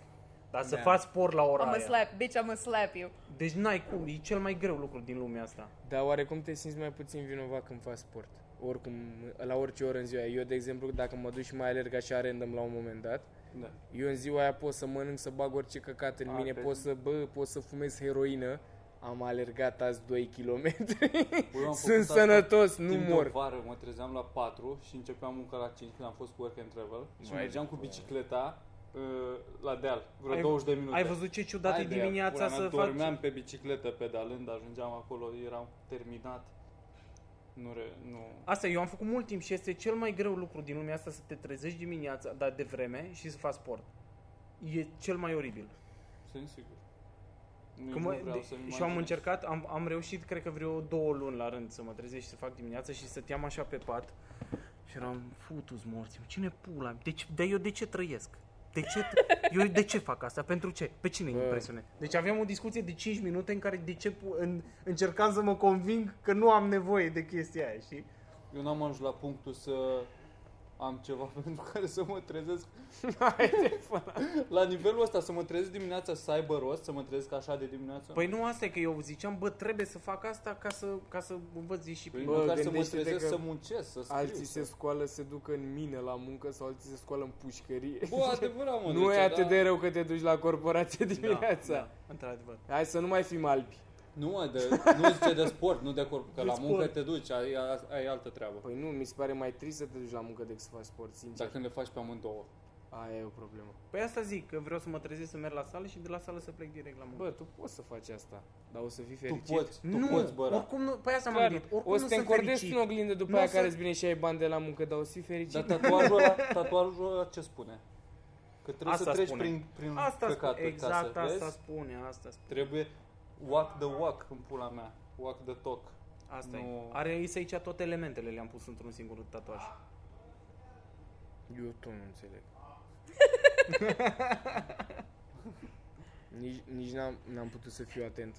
dar să Da. faci sport la ora I'm a aia. slap, bitch, I'm a slap you. Deci n-ai cum, e cel mai greu lucru din lumea asta. Dar oarecum te simți mai puțin vinovat când faci sport? Oricum, la orice oră în ziua. Eu, de exemplu, dacă mă duc și mai alerg așa random la un moment dat, Da. eu în ziua aia pot să mănânc, să bag orice căcat în A, mine, pe- pot să, bă, pot să fumez heroină. Am alergat azi 2 km. Bă, eu *laughs* am făcut Sunt asta sănătos, nu timp de mor. o vară mă trezeam la 4 și începeam munca la 5 când am fost cu work and travel și Vai mergeam cu bicicleta uh, la deal, vreo Ai- 20 de da. minute. Ai văzut ce ciudat e Haide, dimineața pula mea, să Dormeam faci? pe bicicletă pedalând, ajungeam acolo, eram terminat. Nu, re, nu. Asta eu am făcut mult timp și este cel mai greu lucru din lumea asta să te trezești dimineața, dar de vreme și să faci sport. E cel mai oribil. Sunt sigur. Nu, Că nu mă, vreau să de, și eu am încercat, am, am reușit cred că vreo două luni la rând să mă trezesc și să fac dimineața și stăteam așa pe pat și eram futus morții. Cine pula? De ce, dar eu de ce trăiesc? De ce, eu de ce fac asta? Pentru ce? Pe cine Bă. impresionez? Deci aveam o discuție de 5 minute în care de ce, pu- în, încercam să mă conving că nu am nevoie de chestia aia, știi? Eu n-am ajuns la punctul să am ceva *laughs* pentru care să mă trezesc la nivelul ăsta, să mă trezesc dimineața să aibă rost, să mă trezesc așa de dimineață. Păi nu asta e că eu ziceam, bă, trebuie să fac asta ca să, ca să învăț și Păi prin... Bă, măcar să mă gândește-te trezesc că să muncesc, să scriu. Alții să... se scoală, se duc în mină la muncă sau alții se scoală în pușcărie. Bă, adevărat, mă, *laughs* nu deci e atât de era- rău că te duci la corporație dimineața. Da, într-adevăr. Hai să nu mai fim albi. Nu, mă, *laughs* de, nu zice de sport, nu de corp, că De la muncă sport. te duci, ai, ai- ai altă treabă. Păi nu, mi se pare mai trist să te duci la muncă decât să faci sport, Dar sincer. când le faci pe amândouă. Aia e o problemă. Păi asta zic, că vreau să mă trezesc să merg la sală și de la sală să plec direct la muncă. Bă, tu poți să faci asta, dar o să fii fericit. Tu poți, tu poți, băra. oricum nu, păi asta m-am Clar, gândit, oricum o nu să te sunt încordezi fericit. în oglindă după Nu aia o să- care îți vine și ai bani de la muncă, dar o să fii fericit. Dar tatuajul ăla, tatuajul ăla ce spune? Că trebuie Asta să treci spune. prin, prin Asta spune, căcaturi ca exact să asta vezi. spune, asta spune. Trebuie walk the walk în pula mea, walk the talk. Asta e. Nu. Are aici, aici toate elementele, le-am pus într-un singur tatuaj. Eu tot nu înțeleg. nici nici n-am, n-am putut să fiu atent.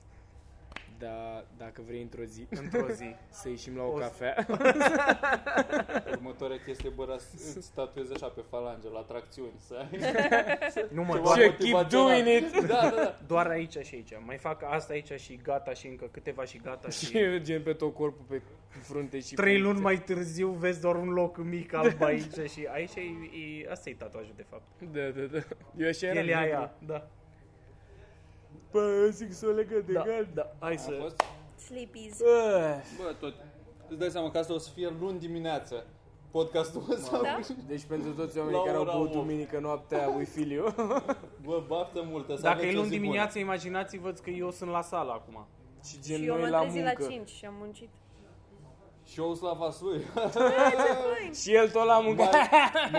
Dar dacă vrei într-o zi Într-o *laughs* zi. să ieșim la o, O zi. cafea, *laughs* Următoarea chestie, bă, ras- îți tatuezi așa pe falange, la tracțiuni, să ai nu mă, ceva doar, Ce, keep *laughs* motivațional. doing it! Da, da, da. doar aici și aici. Mai fac asta aici și gata și încă câteva și gata și... și gen pe tot corpul, pe frunte și Trei pe- luni mai târziu vezi doar un loc *laughs* mic alb aici și aici e, e asta e tatuajul de fapt. Da, da, da. Eu așa eram. Pielea negru. aia, da. Bă, zic să o legă de Da, gard. da, hai A să... fost? Sleepies. Bă. Bă, tot. Îți dai seama că asta o să fie luni dimineață. Podcastul ăsta. Da? Deci pentru toți oamenii La care au ora băut opt. duminică noaptea, we feel you. Bă, baftă multă. să Dacă aveți e o luni zi bună. dimineață, imaginați-vă că eu sunt la sală acum. Și gen Și eu noi m-am la trezit la muncă. 5 și am muncit. Și eu la *laughs* vaslui. și el tot la muncă. Mai,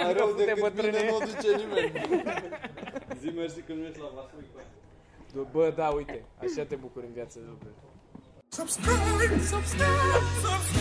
mai rău Fute decât bătrâne. mine nu o duce nimeni. Zi mersi când mergi la vaslui. bă. Bă, da, uite, așa te bucuri în viață de lucruri. Subscribe, subscribe, subscribe.